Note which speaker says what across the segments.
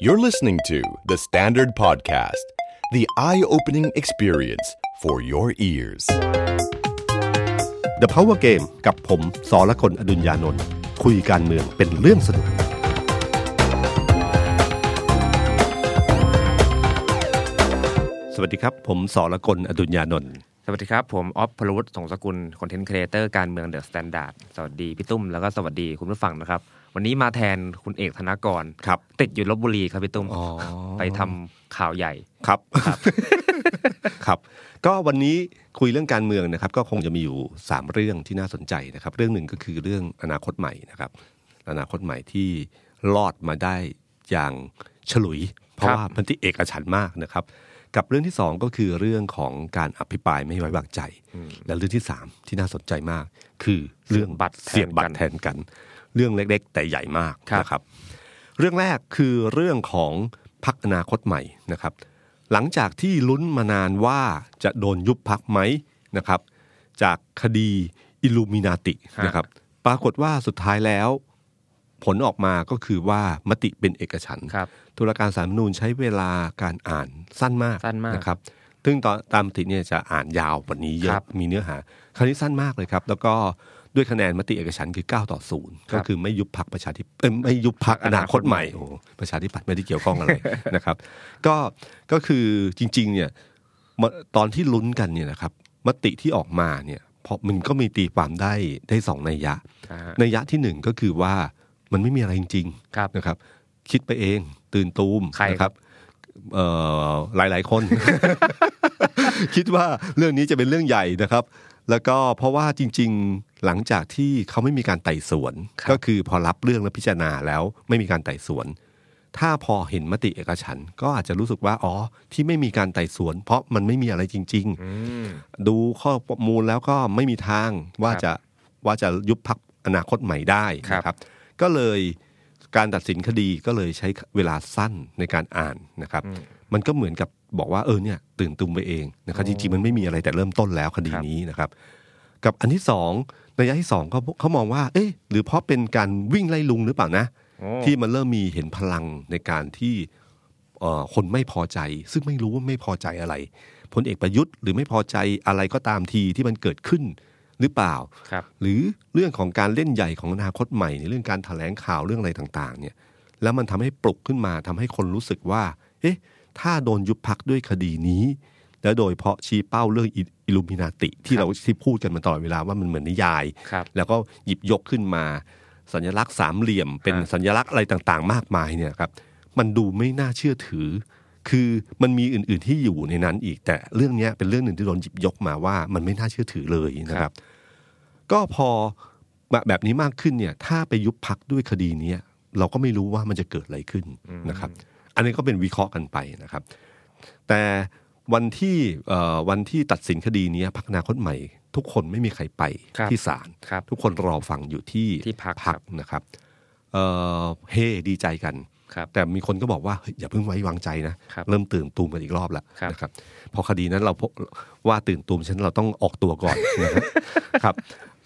Speaker 1: You're listening to The Standard Podcast, the eye opening experience for your ears.
Speaker 2: The Power Game กับผมสอละคนอดุญญานนท์คุยการเมืองเป็นเรื่องสนุก สวัสดีครับ ผมสอละคนอดุญญานนท์
Speaker 3: สวัสดีครับ ผมออฟพลวุฒิสงสกุลคอนเทนต์ครีเอเตอร์การเมืองเดอะสแตนดาร์ดสวัสดีพี่ตุ้มแล้วก็สวัสดีคุณผู้ฟังนะครับ วันนี้มาแทนคุณเอกธนากร
Speaker 2: ครับ
Speaker 3: ติดอยู่ลบบุรีครับพี่ตุ้ม
Speaker 2: อ๋อ
Speaker 3: ไปทำข่าวใหญ่
Speaker 2: ครับ ครับ ก็วันนี้คุยเรื่องการเมืองนะครับ ก็คงจะมีอยู่ 3 เรื่องที่น่าสนใจนะครับ เรื่องหนึ่งก็คือเรื่องอนาคตใหม่นะครับ อนาคตใหม่ที่รอดมาได้อย่างฉลุย เพราะ
Speaker 3: ครับ
Speaker 2: ว่าพันธิเอกฉันท์มากนะครับ กับเรื่องที่ 2 ก็คือเรื่องของการอภิปรายไม่ไว้วางใจ และเรื่องที่ 3 ที่น่าสนใจมาก คือเรื่องเสียบบัตรแทนกัน เรื่องเล็ก ๆ แต่ใหญ่มากนะครับ เรื่องแรกคือเรื่องของพักอนาคตใหม่นะครับ หลังจากที่ลุ้นมานานว่าจะโดนยุบพักไหมนะครับ จากคดีอิลูมินาติ
Speaker 3: ฮะ
Speaker 2: นะครับ ปรากฏว่าสุดท้ายแล้ว ผลออกมาก็คือว่ามติเป็นเอกฉันท์
Speaker 3: ครับ
Speaker 2: ตุลาการสาลรฐธรรมนูญใช้เวลาการอ่านสั้นมาก
Speaker 3: สั้นมาก
Speaker 2: ครับ ซึ่งตอนตามมติเนี่ยจะอ่านยาวกวันนี้เย
Speaker 3: ครั
Speaker 2: อะ
Speaker 3: บ
Speaker 2: มีเนื้อหา คราวนี้สั้นมากเลยครับ แล้วก็ด้วยคะแนนมติเอกฉันท์คือ 9 ต่อ 0
Speaker 3: ครั
Speaker 2: ก็
Speaker 3: บ
Speaker 2: คือไม่ยุบพักประชาธิปเอ้ยไม่ยุบพักอ
Speaker 3: อนา
Speaker 2: นา
Speaker 3: ค
Speaker 2: ค
Speaker 3: ต
Speaker 2: ต
Speaker 3: ให
Speaker 2: ให
Speaker 3: ม่
Speaker 2: ม่โอ้ประชาธิปัตย์ไม่ได้เกี่ยวข้องอะไร นะครับ ก็ก็คือจริงๆเนี่ยมตอนที่ลุ้นกันเนี่ยนะครับ มติที่ออกมาเนี่ยเพราะมันก็มีตีความได้ได้สองนัยยะ
Speaker 3: อ่าฮะ
Speaker 2: นัยยะที่หนึ่งก็คือว่ามันไม่มีอะไรจริง ๆ
Speaker 3: ครับ
Speaker 2: นะครับคิดไปเองตื่นตูม
Speaker 3: ใคร
Speaker 2: นะ
Speaker 3: ค
Speaker 2: ค
Speaker 3: รั
Speaker 2: รับ บเอ่อหลายหลายๆคน คิดว่าเรื่องนี้จะเป็นเรื่องใหญ่นะครับ แล้วก็เพราะว่าจริง ๆหลังจากที่เขาไม่มีการไต่สวน ก็คือพอรับเรื่องแล้วพิจารณาแล้วไม่มีการไต่สวน ถ้าพอเห็นมติเอกฉันท์ก็อาจจะรู้สึกว่าอ๋อที่ไม่มีการไต่สวน เพราะมันไม่มีอะไรจริง ๆ
Speaker 3: อืม
Speaker 2: ดูข้อมูลแล้วก็ไม่มีทางว่าจะว่าจะยุบพักอนาคตใหม่ได้
Speaker 3: ครับ
Speaker 2: นะครับ ก็เลยการตัดสินคดีก็เลยใช้เวลาสั้นในการอ่านนะครับ มันก็เหมือนกับบอกว่าเออเนี่ยตื่นตุมไปเองนะครับ จริงๆ มันไม่มีอะไรแต่เริ่มต้นแล้วคดีนี้นะครับ กับอันที่สองระยะที่สองเขาเขามองว่า เอ๊ะหรือเพราะเป็นการวิ่งไล่ลุงหรือเปล่านะ
Speaker 3: โอ้
Speaker 2: ที่มันเริ่มมีเห็นพลังในการที่เอ่อคนไม่พอใจ ซึ่งไม่รู้ว่าไม่พอใจอะไรพลเอกประยุทธ์หรือไม่พอใจอะไรก็ตามทีที่มันเกิดขึ้นหรือเปล่า
Speaker 3: ครับ
Speaker 2: หรือเรื่องของการเล่นใหญ่ของอนาคตใหม่ในเรื่องการถแถลงข่าวเรื่องอะไรต่างๆเนี่ยแล้วมันทำให้ปลุกขึ้นมาทำให้คนรู้สึกว่า เอ๊ะ ถ้าโดนยุบพักด้วยคดีนี้ แล้วโดยเพราะชี้เป้าเรื่องอิลูมินาติ ที่เราที่พูดกันมาตลอดเวลาว่ามันเหมือนนิยาย
Speaker 3: ครับ
Speaker 2: แล้วก็หยิบยกขึ้นมา สัญลักษณ์สามเหลี่ยม เป็น
Speaker 3: ฮะ
Speaker 2: สัญลักษณ์อะไรต่างๆ มากมายเนี่ยครับ มันดูไม่น่าเชื่อถือ คือมันมีอื่นๆที่อยู่ในนั้นอีก แต่เรื่องเนี้ยเป็นเรื่องหนึ่งที่โดนหยิบยกมาว่า มันไม่น่าเชื่อถือเลยนะครับ ก็พอแบบนี้มากขึ้นเนี่ย ถ้าไปยุบพักด้วยคดีเนี้ยเราก็ไม่รู้ว่ามันจะเกิดอะไรขึ้นนะครับ อันนี้ก็เป็นวิเคราะห์กันไปนะครับ แต่วันที่เอ่อวันที่ตัดสินคดีเนี้ยพักนาคตใหม่ ทุกคนไม่มีใครไป
Speaker 3: ครับ
Speaker 2: ที่ศาล
Speaker 3: ครับ
Speaker 2: ทุกคนรอฟังอยู่ที่
Speaker 3: ที่พักครับ
Speaker 2: นะครับเอ่อเฮ้ดีใจกัน
Speaker 3: ครับ
Speaker 2: แต่มีคนก็บอกว่าเฮ้ยอย่าเพิ่งไว้วางใจนะ
Speaker 3: ครับ
Speaker 2: เริ่มตื่นตูมกันอีกรอบแล้ว
Speaker 3: ครับ
Speaker 2: นะครับ พอคดีนั้นเราพบว่าตื่นตูมฉะนันเราต้องออกตัวก่อน นะครับครับ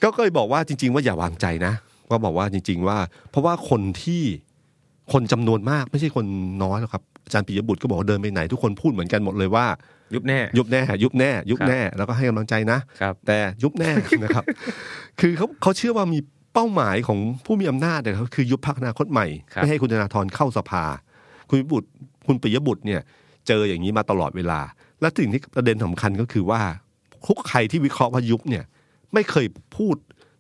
Speaker 2: ก็ก็เลยบอกว่าจริง ๆ ว่าอย่าวางใจนะ ก็บอกว่าจริง ๆ ว่า เพราะว่าคนที่คนจำนวนมากไม่ใช่คนน้อยหรอกครับอาจารย์ปิยบุตรก็บอกว่าเดินไปไหน ทุกคนพูดเหมือนกันหมดเลยว่า
Speaker 3: ยุบแน่
Speaker 2: ยุบแน่ ยุบแน่ ยุบแน่ แล้วก็ให้กำลังใจนะ
Speaker 3: ครับ
Speaker 2: แต่ยุบแน่ นะครับ คือเขาเขาเชื่อว่ามีเป้าหมายของผู้มีอำนาจนะครับคือยุบพรรคอนาคตใหม่
Speaker 3: ครับ
Speaker 2: ไม่ให้คุณธนาธรเข้าสภา คุณปิยบุตรคุณปิยบุตรเนี่ย เจออย่างนี้มาตลอดเวลา และสิ่งที่ประเด็นสำคัญก็คือว่าทุกใครที่วิเคราะห์ว่ายุบเนี่ย ไม่เคยพูด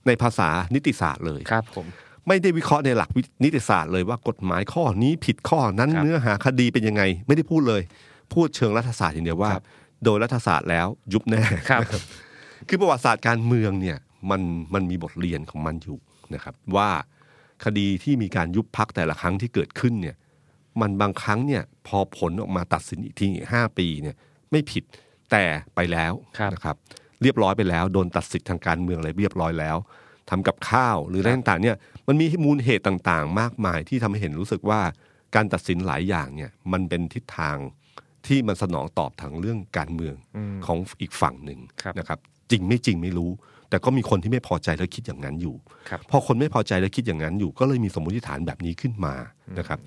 Speaker 2: ในภาษานิติศาสตร์เลย
Speaker 3: ครับผม
Speaker 2: ไม่ได้วิเคราะห์ในหลักวินิติศาสตร์เลยว่ากฎหมายข้อนี้ผิดข้อนั้น
Speaker 3: ครับ
Speaker 2: เนื้อหาคดีเป็นยังไง ไม่ได้พูดเลย พูดเชิงรัฐศาสตร์อย่างเดียวว่า
Speaker 3: ครับ
Speaker 2: โดยรัฐศาสตร์แล้วยุบแน่
Speaker 3: ครับ
Speaker 2: คือประวัติศาสตร์การเมืองเนี่ยมันมันมีบทเรียนของมันอยู่นะครับ ว่าคดีที่มีการยุบพักแต่ละครั้งที่เกิดขึ้นเนี่ยมันบางครั้งเนี่ยพอผลออกมาตัดสินอีกทีห้าปีเนี่ยไม่ผิดแต่ไปแล้ว
Speaker 3: ครับ
Speaker 2: นะครับ เรียบร้อยไปแล้ว โดนตัดสิทธิ์ทางการเมืองอะไรเรียบร้อยแล้วทำกับข้าวหรืออะไรต่างๆเนี่ยมันมีมูลเหตุต่างๆ มากมายที่ทำให้เห็นรู้สึกว่าการตัดสินหลายอย่างเนี่ยมันเป็นทิศทางที่มันสนองตอบทางเรื่องการเมืองของอีกฝั่งหนึ่ง
Speaker 3: ครับ
Speaker 2: นะครับจริงไม่จริงไม่รู้ แต่ก็มีคนที่ไม่พอใจและคิดอย่างนั้นอยู่
Speaker 3: ครับ
Speaker 2: พอคนไม่พอใจและคิดอย่างนั้นอยู่ ก็เลยมีสมมติฐานแบบนี้ขึ้นมานะครับ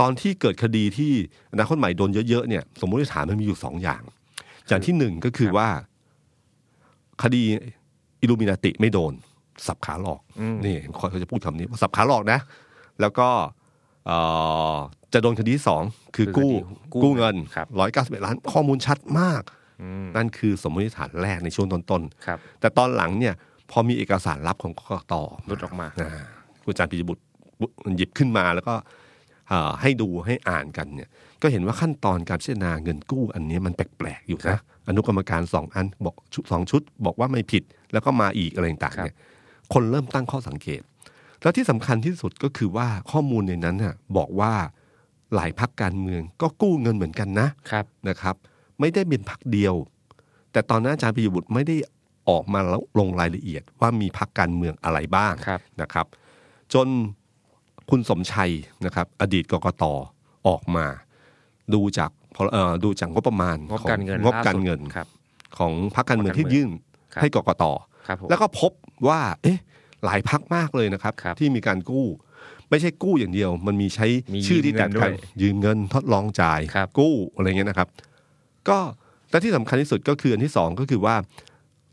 Speaker 2: ตอนที่เกิดคดีที่อนาคตใหม่โดนเยอะๆเนี่ย สมมติฐานมันมีอยู่สองอย่าง อย่างที่หนึ่งก็คือว่า คดีอิลูมินาติไม่โดน สับขาหลอก
Speaker 3: อืม
Speaker 2: นี่คนเขาจะพูดคำนี้ว่าสับขาหลอกนะ แล้วก็เอ่อจะโดนคดีที่สองคือกู้
Speaker 3: คือคดีกู้
Speaker 2: กู้เงิน
Speaker 3: ครับ
Speaker 2: ร้อยเก้าสิบเอ็ดล้านข้อมูลชัดมาก
Speaker 3: อืม
Speaker 2: นั่นคือสมมติฐานแรกในช่วงต้นๆ
Speaker 3: ครับ
Speaker 2: แต่ตอนหลังเนี่ยพอมีเอกสารลับของกกต
Speaker 3: หลุดออกมา
Speaker 2: อ่าคุณอาจารย์ปิยบุตรหยิบขึ้นมาแล้วก็เอ่อให้ดูให้อ่านกันเนี่ย ก็เห็นว่าขั้นตอนการพิจารณาเงินกู้อันนี้มันแปลกๆอยู่
Speaker 3: ครั
Speaker 2: นะ
Speaker 3: บ
Speaker 2: อนุกรรมการสองอันบอกชุดสองชุด บอกว่าไม่ผิดแล้วก็มาอีกอะไรต่างๆเนี่ยคนเริ่มตั้งข้อสังเกต แล้วที่สำคัญที่สุดก็คือว่าข้อมูลในนั้นน่ะบอกว่าหลายพักการเมืองก็กู้เงินเหมือนกันนะ
Speaker 3: ครับ
Speaker 2: นะครับไม่ได้เป็นพักเดียว แต่ตอนนั้นอาจารย์ปิยบุตรไม่ได้ออกมาแล้วลงรายละเอียดว่ามีพักการเมืองอะไรบ้าง
Speaker 3: ครับ
Speaker 2: นะครับ จนคุณสมชัยนะครับ อดีตกกตออกมา ดูจากพอเอ่อดูจากงบประมาณ
Speaker 3: งบ
Speaker 2: ของ
Speaker 3: การเงิน
Speaker 2: งบการเงิน
Speaker 3: ล่สุดครับ
Speaker 2: ของพักการเมืองที่ยื่น
Speaker 3: ครับ
Speaker 2: ให้กกต
Speaker 3: ครับผม
Speaker 2: แล้วก็พบว่าเอ๊ะหลายพักมากเลยนะครับ
Speaker 3: ครับ
Speaker 2: ที่มีการกู้ ไม่ใช่กู้อย่างเดียว มันมีใช้
Speaker 3: มี
Speaker 2: ชื่อที่แตกต่าง
Speaker 3: ยื
Speaker 2: ยื
Speaker 3: มเงินด้วย
Speaker 2: มเงินทดลองจ่าย
Speaker 3: ครับ
Speaker 2: กู้อะไรเงี้ยนะครับ ก็และที่สำคัญที่สุดก็คืออันที่สองก็คือว่า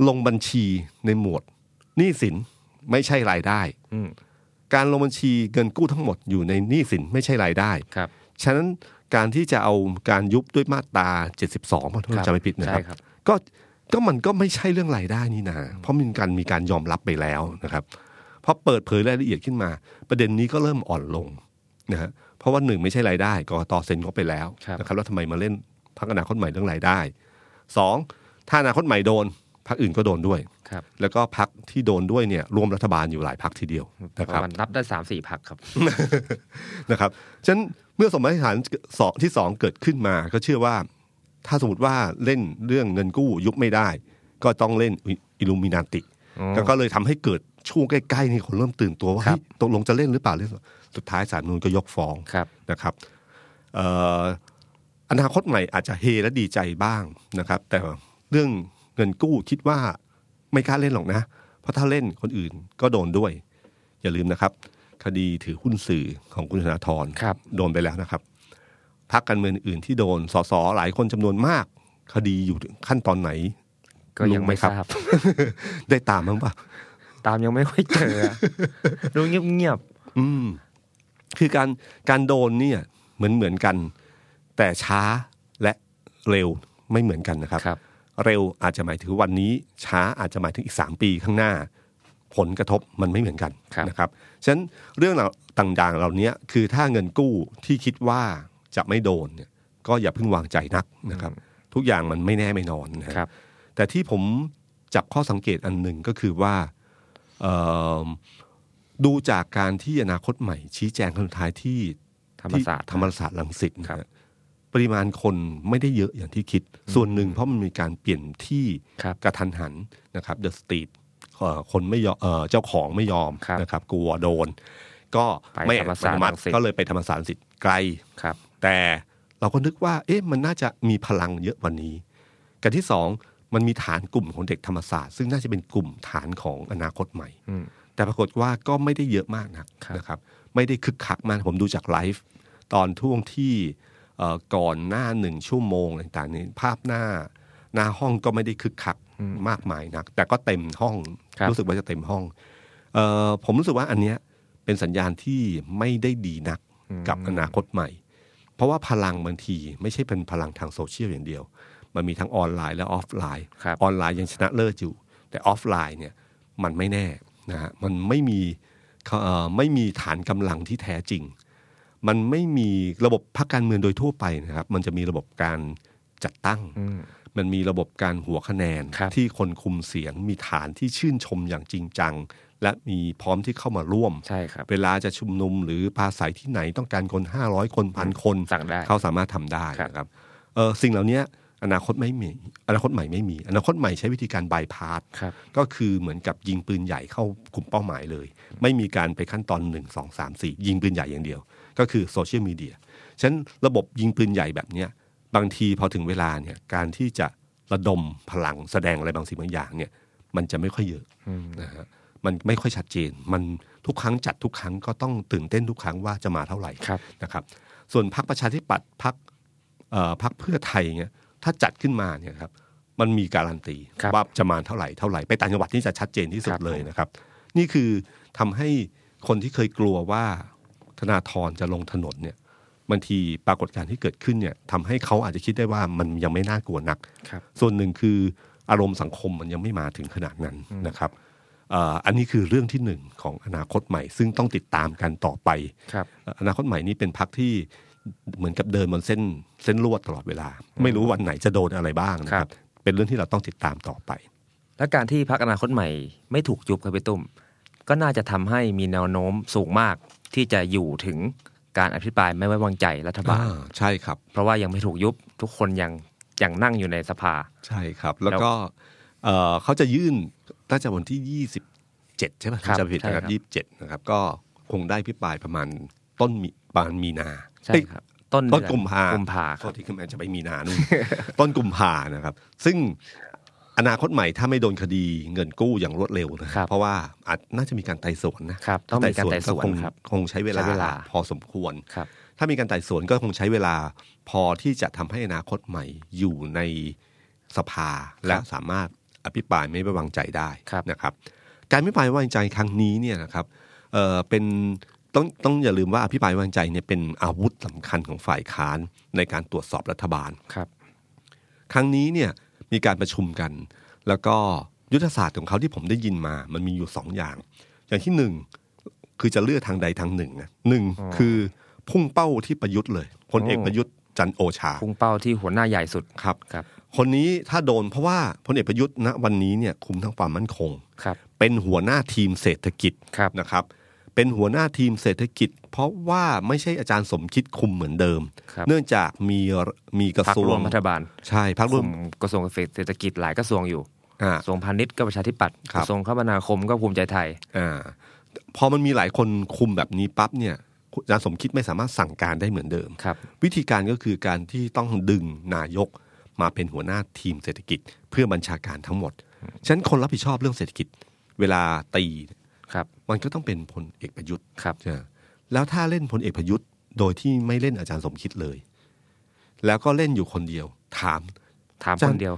Speaker 2: ลงบัญชีในหมวดหนี้สินไม่ใช่รายได้
Speaker 3: อืม
Speaker 2: การลงบัญชีเงินกู้ทั้งหมดอยู่ในหนี้สินไม่ใช่รายได้
Speaker 3: ครับ
Speaker 2: ฉะนั้นการที่จะเอาการยุบด้วยมาตรา 72ถ้าผมจำไม่ผิดนะค
Speaker 3: ใช่
Speaker 2: รับ
Speaker 3: ครับ
Speaker 2: ก็ก็มันก็ไม่ใช่เรื่องรายได้นี่นะ เพราะมันการมีการยอมรับไปแล้วนะครับพอเปิดเผยรายละเอียดขึ้นมา ประเด็นนี้ก็เริ่มอ่อนลงนะฮะเพราะว่าหนึ่งไม่ใช่รายได้กรกตเซ็นงบไปแล้ว
Speaker 3: ครับ
Speaker 2: นะครับแล้วทำไมมาเล่นพักอนาคตใหม่เรื่องรายได้สองถ้าอนาคตใหม่โดนพักอื่นก็โดนด้วย
Speaker 3: ครับ
Speaker 2: แล้วก็พักที่โดนด้วยเนี่ยร่วมรัฐบาลอยู่หลายพักทีเดียวนะ
Speaker 3: ป
Speaker 2: ครับ
Speaker 3: ระมาณรับได้สามสี่พักครับ
Speaker 2: นะครับฉะนั้นเมื่อสมมติฐานสองที่สองเกิดขึ้นมา ก็เชื่อว่า ถ้าสมมติว่าเล่นเรื่องเงินกู้ยุบไม่ได้ ก็ต้องเล่นอิลูมินาติ
Speaker 3: อ๋อ
Speaker 2: แล้วก็เลยทำให้เกิดช่วงใกล้ๆนี่คนเริ่มตื่นตัวว่า
Speaker 3: ครับ
Speaker 2: เฮ้ยตกลงจะเล่นหรือเปล่าเล่นหรือเปล่าสุดท้ายสารนูนก็ยกฟ้อง
Speaker 3: ครับ
Speaker 2: นะครับเอ่ออนาคตใหม่อาจจะเฮและดีใจบ้างนะครับ แต่เรื่องเงินกู้คิดว่าไม่กล้าเล่นหรอกนะ เพราะถ้าเล่นคนอื่นก็โดนด้วย อย่าลืมนะครับ คดีถือหุ้นสื่อของคุณธนาธร
Speaker 3: ครับ
Speaker 2: โดนไปแล้วนะครับพักการเมืองอื่นที่โดนสสหลายคนจำนวนมาก คดีอยู่ถึงขั้นตอน ไหน
Speaker 3: ก็ยังไม่
Speaker 2: รู้ไหมค
Speaker 3: ท
Speaker 2: รับ
Speaker 3: ราบ
Speaker 2: ได้ตามบ้างปะ
Speaker 3: ตามยังไม่ค่อยเจออะ ดูเงียบ
Speaker 2: อืม คือการการโดนเนี่ยเหมือนเหมือนกัน แต่ช้าและเร็วไม่เหมือนกันนะครับ
Speaker 3: ๆครับ
Speaker 2: เร็วอาจจะหมายถึงวันนี้ ช้าอาจจะหมายถึงอีก 3 ปีข้างหน้า ผลกระทบมันไม่เหมือนกัน
Speaker 3: ครับ
Speaker 2: นะครับฉะนั้นเรื่องเหล่าต่างๆ เหล่านี้คือถ้าเงินกู้ที่คิดว่าจะไม่โดนเนี่ยก็อย่าเพิ่งวางใจนักนะครับ ทุกอย่างมันไม่แน่ไม่นอนนะฮะ
Speaker 3: ครับ
Speaker 2: แต่ที่ผมจับข้อสังเกตอันหนึ่งก็คือว่าเอิ่มดูจากการที่อนาคตใหม่ ชี้แจงครั้งสุดท้ายที่
Speaker 3: ธรรมศาสตร์
Speaker 2: ที่ธรรมศาสตร์ลังสิตนะครับ ฮะปริมาณคนไม่ได้เยอะอย่างที่คิด ส่วนหนึ่งเพราะมันมีการเปลี่ยนที่
Speaker 3: ครับ
Speaker 2: กระทันหันนะครับเดอะสตรีทคนไม่ยอมเอ่อเจ้าของไม่ยอม
Speaker 3: ครับ
Speaker 2: นะครับกลัวโดน ก็ไม่
Speaker 3: ไปธรรมศาสตร์รังสิต
Speaker 2: ก็เลยไปธรรมศาสตร์รังสิตไกล
Speaker 3: ครับ
Speaker 2: แต่เราก็นึกว่า เอ๊ะ มันน่าจะมีพลังเยอะกว่านี้ กันที่สอง มันมีฐานกลุ่มของเด็กธรรมศาสตร์ ซึ่งน่าจะเป็นกลุ่มฐานของอนาคตใหม่
Speaker 3: อืม
Speaker 2: แต่ปรากฏว่าก็ไม่ได้เยอะมากนัก
Speaker 3: ครับ
Speaker 2: นะครับ ไม่ได้คึกคักมาก ผมดูจากไลฟ์ตอนท่วงที่เอ่อก่อนหน้าหนึ่งชั่วโมงอะไรต่างๆนี้ภาพหน้าหน้าห้องก็ไม่ได้คึกคักมากมายนัก แต่ก็เต็มห้อง
Speaker 3: ครับ
Speaker 2: สึกว่าจะเต็มห้องเออผมรู้สึกว่าอันเนี้ยเป็นสัญญาณที่ไม่ได้ดีนักกับอนาคตใหม่ เพราะว่าพลังบางทีไม่ใช่เป็นพลังทางโซเชียลอย่างเดียว มันมีทั้งออนไลน์และออฟไลน์
Speaker 3: ครับ
Speaker 2: ออนไลน์ยังชนะเลิศอยู่ แต่ออฟไลน์เนี่ยมันไม่แน่นะฮะมันไม่มีเอ่อไม่มีฐานกำลังที่แท้จริง มันไม่มีระบบพรรคการเมืองโดยทั่วไปนะครับ มันจะมีระบบการจัดตั้ง
Speaker 3: อืม
Speaker 2: มันมีระบบการหัวคะแนน
Speaker 3: ครับ
Speaker 2: ที่คนคุมเสียง มีฐานที่ชื่นชมอย่างจริงจัง และมีพร้อมที่เข้ามาร่วม
Speaker 3: ใช่ครับ
Speaker 2: เวลาจะชุมนุมหรือปราศัยที่ไหนต้องการคน 500 คนพันคน
Speaker 3: สั่งได้
Speaker 2: เขาสามารถทำได้
Speaker 3: ครับ
Speaker 2: นะครับเออสิ่งเหล่านี้อนาคตไม่มีอนาคตใหม่ไม่มี อนาคตใหม่ใช้วิธีการบายพาส
Speaker 3: ครับ
Speaker 2: ก็คือเหมือนกับยิงปืนใหญ่เข้ากลุ่มเป้าหมายเลย ไม่มีการไปขั้นตอน 1 2 3 4 ยิงปืนใหญ่อย่างเดียว ก็คือโซเชียลมีเดียฉะนั้นระบบยิงปืนใหญ่แบบเนี้ยบางทีพอถึงเวลาเนี่ยการที่จะระดมพลังแสดงอะไรบางสิ่งบางอย่างเนี่ยมันจะไม่ค่อยเยอะนะฮะ มันไม่ค่อยชัดเจน มันทุกครั้งจัดทุกครั้งก็ต้องตื่นเต้นทุกครั้งว่าจะมาเท่าไหร่
Speaker 3: ครับ
Speaker 2: นะครับส่วนพรรคประชาธิปัตย์พรรคเอ่อพรรคเพื่อไทยเนี่ยถ้าจัดขึ้นมาเนี่ยครับมันมีการันตี
Speaker 3: ครับ
Speaker 2: ว่าจะมาเท่าไหร่เท่าไหร่ไปต่างจังหวัดนี่จะชัดเจนที่สุด
Speaker 3: ครับ
Speaker 2: เลยนะครับ นี่คือทำให้คนที่เคยกลัวว่าธนาธรจะลงถนนเนี่ยบางทีปรากฏการณ์ที่เกิดขึ้นเนี่ยทำให้เขาอาจจะคิดได้ว่ามันยังไม่น่ากลัวนัก
Speaker 3: ครับ
Speaker 2: ส่วนหนึ่งคืออารมณ์สังคมมันยังไม่มาถึงขนาดนั้นนะครับเอ่ออันนี้คือเรื่องที่หนึ่งของอนาคตใหม่ ซึ่งต้องติดตามกันต่อไป
Speaker 3: ครับ
Speaker 2: อนาคตใหม่นี้เป็นพักที่เหมือนกับเดินบนเส้นเส้นลวดตลอดเวลา ไม่รู้วันไหนจะโดนอะไรบ้างนะค
Speaker 3: ครั
Speaker 2: รับ บ เป็นเรื่องที่เราต้องติดตามต่อไป
Speaker 3: และการที่พักอนาคตใหม่ไม่ถูกยุบครับพี่ตุ้ม ก็น่าจะทำให้มีแนวโน้มสูงมากที่จะอยู่ถึงการอภิปรายไม่ไว้วางใจรัฐบาล
Speaker 2: ใช่ครับ
Speaker 3: เพราะว่ายังไม่ถูกยุบทุกคนยังยังนั่งอยู่ในสภา
Speaker 2: ใช่ครับ แล้วก็เอ่อเขาจะยื่นน่าจะวันที่ยี่สิบเจ็ดใช่ไหม
Speaker 3: ครับ
Speaker 2: จะผิดนะครับ
Speaker 3: ใช่
Speaker 2: ยี่สิบเจ็ดนะครับ ก็คงได้พิปรายประมาณต้นมีประมาณมีนา
Speaker 3: ใช่
Speaker 2: เอ้ย
Speaker 3: ครับ ต้น
Speaker 2: ต้น
Speaker 3: เดือ
Speaker 2: กุมภา
Speaker 3: กุมภา
Speaker 2: โท
Speaker 3: ครับ
Speaker 2: ษทีคือมันจะไม่มีนานู่น ต้นกุมภานะครับ ซึ่งอนาคตใหม่ถ้าไม่โดนคดีเงินกู้อย่างรวดเร็วนะครับ เพราะว่าอาจน่าจะมีการไต่สวนนะครับ
Speaker 3: ต้องมีการไต่สวน
Speaker 2: คง
Speaker 3: ครับ
Speaker 2: คงใช้เวลา
Speaker 3: ใช้เวลา
Speaker 2: พอสมควร
Speaker 3: ครับ
Speaker 2: ถ้ามีการไต่สวนก็คงใช้เวลาพอที่จะทำให้อนาคตใหม่อยู่ในสภาและสามารถอภิปรายไม่ไว้วางใจได้
Speaker 3: ครับ
Speaker 2: นะครับ การอภิปรายไม่ไว้วางใจครั้งนี้เนี่ยนะครับเอ่อเป็นต้องต้องอย่าลืมว่าอภิปรายไม่ไว้วางใจเนี่ยเป็นอาวุธสำคัญของฝ่ายค้านในการตรวจสอบรัฐบาล
Speaker 3: ครับ
Speaker 2: ครั้งนี้เนี่ยมีการประชุมกัน แล้วก็ยุทธศาสตร์ของเขาที่ผมได้ยินมา มันมีอยู่สองอย่าง อย่างที่หนึ่งคือจะเลือกทางใดทางหนึ่งนะหนึ่งคือพุ่งเป้าที่ประยุทธ์เลยพลเอก
Speaker 3: โอ้
Speaker 2: ประยุทธ์จันทร์โอชา
Speaker 3: พุ่งเป้าที่หัวหน้าใหญ่สุด
Speaker 2: ครับ
Speaker 3: ครับ
Speaker 2: คนนี้ถ้าโดนเพราะว่าพลเอกประยุทธ์ณวันนี้เนี่ยคุมทั้งความมั่นคง
Speaker 3: ครับ
Speaker 2: เป็นหัวหน้าทีมเศรษฐกิจ
Speaker 3: ครับ
Speaker 2: นะครับ เป็นหัวหน้าทีมเศรษฐกิจ เพราะว่าไม่ใช่อาจารย์สมคิดคุมเหมือนเดิม
Speaker 3: ครับ
Speaker 2: เนื่องจากมีมีกระ
Speaker 3: พรรค
Speaker 2: ทรว
Speaker 3: รง วมรัฐบาล
Speaker 2: ใช่พัก
Speaker 3: ก
Speaker 2: ร่ว
Speaker 3: ลุ่
Speaker 2: ม
Speaker 3: มกระทรวงเศรษฐกิจหลายกระทรวงอยู่
Speaker 2: อ่า
Speaker 3: กระทรวงพาณิชย์ก็ประชาธิปัตย์
Speaker 2: ค
Speaker 3: ก
Speaker 2: รับ
Speaker 3: ระทรวงคมนาคมก็ภูมิใจไทย
Speaker 2: อ่าพอมันมีหลายคนคุมแบบนี้ปั๊บเนี่ยอาจารย์สมคิดไม่สามารถสั่งการได้เหมือนเดิม
Speaker 3: ครับ
Speaker 2: วิธีการก็คือการที่ต้องดึงนายกมาเป็นหัวหน้าทีมเศรษฐกิจ เพื่อบัญชาการทั้งหมด ฉะนั้นคนรับผิดชอบเรื่องเศรษฐกิจ เวลาตี
Speaker 3: ครับ
Speaker 2: มันก็ต้องเป็นพลเอกประยุทธ์
Speaker 3: ครับ
Speaker 2: ใช่แล้วถ้าเล่นพลเอกประยุทธ์ โดยที่ไม่เล่นอาจารย์สมคิดเลย แล้วก็เล่นอยู่คนเดียว ถาม
Speaker 3: ถาม
Speaker 2: อาจา
Speaker 3: ค
Speaker 2: รย์
Speaker 3: นเดียว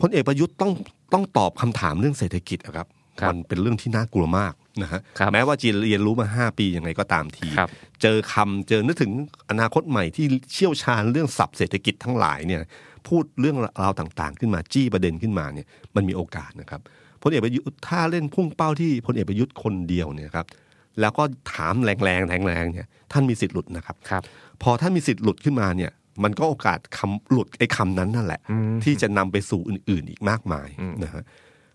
Speaker 2: พลเอกประยุทธ์ต้องต้องตอบคำถามเรื่องเศรษฐกิจอะครับ
Speaker 3: ครับ
Speaker 2: มันเป็นเรื่องที่น่ากลัวมากนะฮะ
Speaker 3: ครับ
Speaker 2: แม้ว่าจีนเรียนรู้มา 5 ปียังไงก็ตามที
Speaker 3: ครับ
Speaker 2: เจอคำเจอนึกถึงอนาคตใหม่ที่เชี่ยวชาญเรื่องศัพท์เศรษฐกิจทั้งหลายเนี่ยพูดเรื่องราวต่างๆ ขึ้นมาจี้ประเด็นขึ้นมาเนี่ยมันมีโอกาสนะครับพลเอกประยุทธ์ถ้าเล่นพุ่งเป้าที่พลเอกประยุทธ์คนเดียวเนี่ยครับแล้วก็ถามแรงๆแรงๆเนี่ยท่านมีสิทธิ์หลุดนะครับ
Speaker 3: ครับ
Speaker 2: พอถ้ามีสิทธิ์หลุดขึ้นมาเนี่ย มันก็โอกาสคำหลุดไอ้คำนั้นนั่นแหละ ที่จะนำไปสู่อื่น ๆ อีกมากมายนะฮะ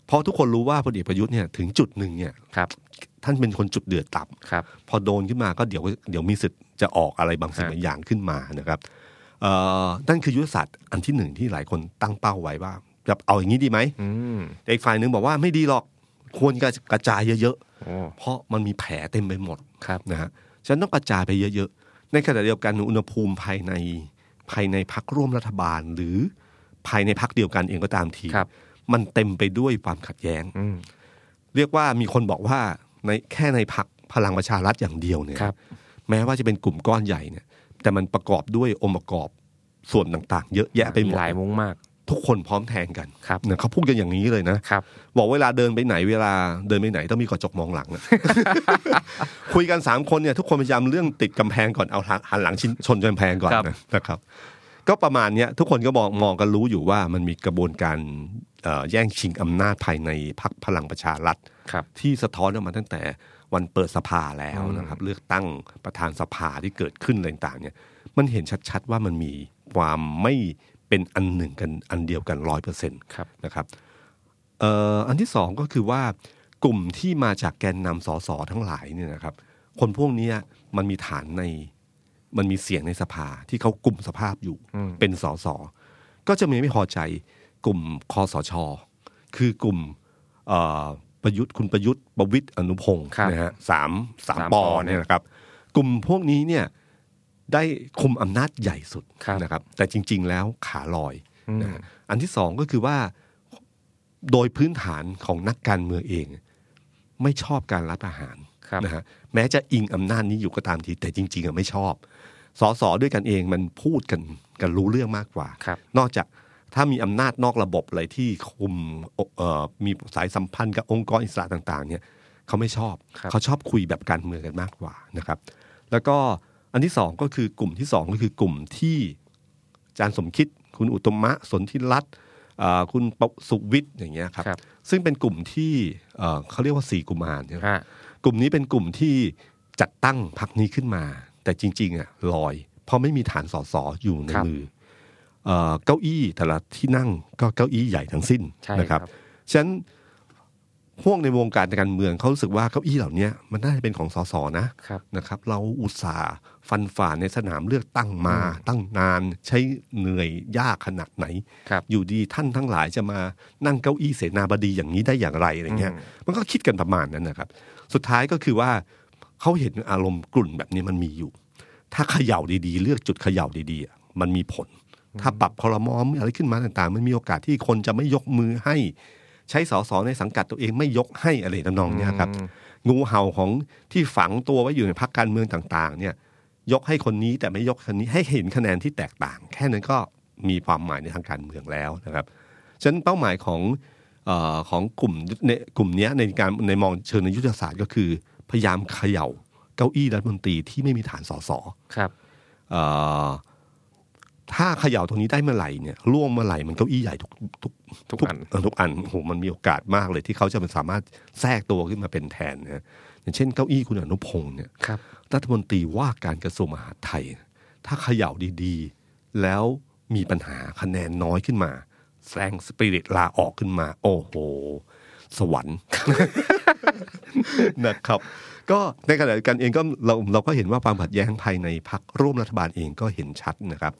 Speaker 2: เพราะทุกคนรู้ว่าพลเอกประยุทธ์เนี่ยถึงจุดหนึ่งเนี่ย
Speaker 3: ครับ
Speaker 2: ท่านเป็นคนจุดเดือดต่
Speaker 3: ครับ
Speaker 2: ำพอโดนขึ้นมาก็เดี๋ยวเดี๋ยวมีสิทธิ์จะออกอะไรบางสิ่ง
Speaker 3: ฮะ
Speaker 2: บางอย่างขึ้นมานะครับเอ่อนั่นคือยุทธศาสตร์อันที่หนึ่งที่หลายคนตั้งเป้าไว้ว่าจะเอาอย่างนี้ดีไหม
Speaker 3: อืม
Speaker 2: แต่อีกฝ่ายหนึ่งบอกว่าไม่ดีหรอกควรกระจายเยอะ
Speaker 3: โอ้
Speaker 2: ๆ เพราะมันมีแผลเต็มไปหมด
Speaker 3: ครับ
Speaker 2: นะฮะฉะนันต้องกระจายไปเยอะๆ ในขณะเดียวกันอุณหภูมิภายในภายในพักร่วมรัฐบาล หรือภายในพักเดียวกันเองก็ตามที
Speaker 3: ครับ
Speaker 2: มันเต็มไปด้วยความขัดแย้ง
Speaker 3: อืม
Speaker 2: เรียกว่ามีคนบอกว่าในแค่ในพักพลังประชารัฐอย่างเดียวเนี่ย
Speaker 3: ครับ
Speaker 2: แม้ว่าจะเป็นกลุ่มก้อนใหญ่เนี่ยแต่มันประกอบด้วยองค์ประกอบส่วนต่างๆ เยอะแยะไปหม
Speaker 3: มี
Speaker 2: ด
Speaker 3: หลายมุ้งมาก
Speaker 2: ทุกคนพร้อมแทงกัน
Speaker 3: ครับ
Speaker 2: เนี่ยเขาพูดกันอย่างนี้เลยนะ
Speaker 3: ครับ
Speaker 2: บอกเวลาเดินไปไหนเวลาเดินไปไหนต้องมีกระจกมองหลังนะ คุยกันสามคนเนี่ยทุกคนพยายามเรื่องติดกำแพงก่อนเอาหันหลังชินชนกำแพงก่อน
Speaker 3: ครับ
Speaker 2: นะนะครับ ก็ประมาณเนี้ยทุกคนก็มองมองกันรู้อยู่ว่ามันมีกระบวนการเอ่อแย่งชิงอำนาจภายในพักพลังประชารัฐ
Speaker 3: ครับ
Speaker 2: ที่สะท้อนออกมาตั้งแต่วันเปิดสภาแล้ว
Speaker 3: อืม
Speaker 2: นะครับ เลือกตั้งประธานสภาที่เกิดขึ้นอะไรต่างๆเนี่ย มันเห็นชัดๆว่ามันมีความไม่เป็นอันหนึ่งกันอันเดียวกันร้อยเปอร์เซ็นต์
Speaker 3: ครับ
Speaker 2: นะครับเอ่ออันที่สองก็คือว่ากลุ่มที่มาจากแกนนำสสทั้งหลายเนี่ยนะครับ คนพวกเนี้ยมันมีฐานในมันมีเสียงในสภาที่เขากลุ่มสภาพอยู่เป็นสสก็จะมีไม่พอใจกลุ่มคอสช คือกลุ่มเอ่อประยุทธ์คุณประยุทธ์ประวิตยอนุพงศ์
Speaker 3: ครับ
Speaker 2: นะฮะสามสาม
Speaker 3: สาม
Speaker 2: ปอ
Speaker 3: ปอ
Speaker 2: เนี่ยนะครับ กลุ่มพวกนี้เนี่ยได้คุมอำนาจใหญ่สุด
Speaker 3: ครับ
Speaker 2: นะครับ แต่จริง ๆ แล้วขาลอย
Speaker 3: อืม
Speaker 2: นะฮะอันที่สองก็คือว่าโดยพื้นฐานของนักการเมืองเอง ไม่ชอบการรัฐประหาร
Speaker 3: ครับ
Speaker 2: นะฮะแม้จะอิงอำนาจนี้อยู่ก็ตามที แต่จริง ๆอะไม่ชอบสอสอด้วยกันเองมันพูดกันกันรู้เรื่องมากกว่า
Speaker 3: ครับ
Speaker 2: นอกจากถ้ามีอำนาจนอกระบบอะไรที่คุมเอ่อมีสายสัมพันธ์กับองค์กรอิสระต่างๆเนี่ยเขาไม่ชอบ
Speaker 3: ครับ
Speaker 2: เขาชอบคุยแบบการเมืองกันมากกว่านะครับ แล้วก็อันที่สองก็คือกลุ่มที่สองก็คือกลุ่มที่อาจารย์สมคิด คุณอุตมะสนธิรัตน์เอ่อคุณประสุวิทย์อย่างเงี้ยครับ
Speaker 3: ครับ
Speaker 2: ซึ่งเป็นกลุ่มที่เอ่อเขาเรียกว่าสี่กุมารใช่ไหม
Speaker 3: ฮะ
Speaker 2: กลุ่มนี้เป็นกลุ่มที่จัดตั้งพรรคนี้ขึ้นมา แต่จริง ๆอ่ะลอย เพราะไม่มีฐานสสอยู่ใน
Speaker 3: ครับ
Speaker 2: มือเอ่อเก้าอี้แต่ละที่นั่งก็เก้าอี้ใหญ่ทั้งสิ้น
Speaker 3: ใช่
Speaker 2: นะ
Speaker 3: ค
Speaker 2: ค
Speaker 3: รั
Speaker 2: รับ บฉะนั้นพวกในวงการการเมืองเขารู้สึกว่าเก้าอี้เหล่านี้มันน่าจะเป็นของสสนะครับ นะครับ เราอุตส่าห์ฟันฝ่าในสนามเลือกตั้งมา ตั้งนานใช้เหนื่อยยากขนาดไหน
Speaker 3: ครับ
Speaker 2: อยู่ดีท่านทั้งหลายจะมานั่งเก้าอี้เสนาบดีอย่างนี้ได้อย่างไรอะไรเงี้ย
Speaker 3: อืม
Speaker 2: มันก็คิดกันประมาณนั้นนะครับ สุดท้ายก็คือว่าเขาเห็นอารมณ์กลุ่นแบบนี้มันมีอยู่ ถ้าเขย่าดีๆ เลือกจุดเขย่าดีๆอ่ะมันมีผล ถ้าปรับคอรมอมอะไรขึ้นมาต่างๆ มันมีโอกาสที่คนจะไม่ยกมือให้ ใช้สสในสังกัดตัวเองไม่ยกให้อะไรทำนองเนี้ยครับ งูเห่าของที่ฝังตัวไว้อยู่ในพรรคการเมืองต่าง ๆ เนี่ย ยกให้คนนี้แต่ไม่ยกคนนี้ให้เห็นคะแนนที่แตกต่าง แค่นั้นก็มีความหมายในทางการเมืองแล้วนะครับ ฉะนั้นเป้าหมายของเออของกลุ่มในกลุ่มเนี้ยในการในมองเชิงในยุทธศาสตร์ก็คือ พยายามเขย่าเก้าอี้รัฐมนตรีที่ไม่มีฐานสส
Speaker 3: ครับ
Speaker 2: เอ่อถ้าเขย่าตรงนี้ได้เมื่อไหร่เนี่ยร่วงเมื่อไหร่มันเก้าอี้ใหญ่ทุกทุก
Speaker 3: ทุกอัน
Speaker 2: เทุกอันโอ้โหมันมีโอกาสมากเลยที่เขาจะมันสามารถแทรกตัวขึ้นมาเป็นแทนนะอย่างเช่นเก้าอี้คุณอนุพงศ์เนี่ย
Speaker 3: ครับ
Speaker 2: รัฐมนตรีว่าการกระทรวงมหาดไทย ถ้าเขย่าดีๆ แล้วมีปัญหาคะแนนน้อยขึ้นมา แสงสปิริตลาออกขึ้นมา โอ้โห สวรรค์ นะครับ ก็ในขณะเดียวกันเองก็เราเราก็เห็นว่าความขัดแย้งภายในพักร่วมรัฐบาลเองก็เห็นชัดนะครับ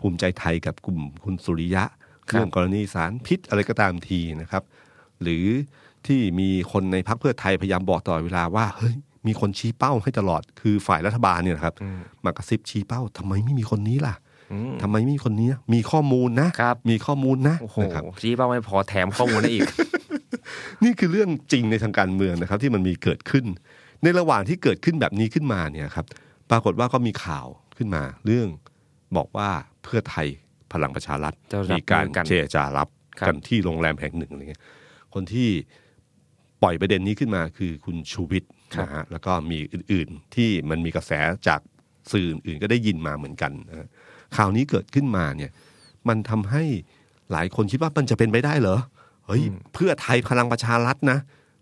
Speaker 2: ภูมิใจไทยกับกลุ่มคุณสุริยะ
Speaker 3: ครับ
Speaker 2: เรื่องกรณีสารพิษอะไรก็ตามทีนะครับ หรือที่มีคนในพักเพื่อไทยพยายามบอกตลอดเวลาว่าเฮ้ยมีคนชี้เป้าให้ตลอดคือฝ่ายรัฐบาลเนี่ยนะครับ มากระซิบชี้เป้าทำไมไม่มีคนนี้ล่ะ
Speaker 3: อืม
Speaker 2: ทำไมไม่มีคนนี้นะมีข้อมูลนะครับ มีข้อมูลนะ
Speaker 3: โอ้โห
Speaker 2: นะครับ
Speaker 3: ชี้เป้าไม่พอแถมข้อมูลได้อี ก
Speaker 2: นี่คือเรื่องจริงในทางการเมืองนะครับ ที่มันมีเกิดขึ้น ในระหว่างที่เกิดขึ้นแบบนี้ขึ้นมาเนี่ยครับ ปรากฏว่าก็มีข่าวขึ้นมา เรื่องบอกว่าเพื่อไทยพลังประชารัฐ
Speaker 3: จะรับ
Speaker 2: มีการ
Speaker 3: มือกัน
Speaker 2: เจรจารับ
Speaker 3: ครับ
Speaker 2: กันที่โรงแรมแห่งหนึ่งอะไรเงี้ยคนที่ปล่อยประเด็นนี้ขึ้นมาคือคุณชูวิทย์นะฮะแล้วก็มีอื่นๆที่มันมีกระแสจากสื่ออื่นๆก็ได้ยินมาเหมือนกันนะฮะข่าวนี้เกิดขึ้นมาเนี่ย มันทำให้หลายคนคิดว่ามันจะเป็นไปได้เหรอ เฮ้ย เพื่อไทยพลังประชารัฐนะ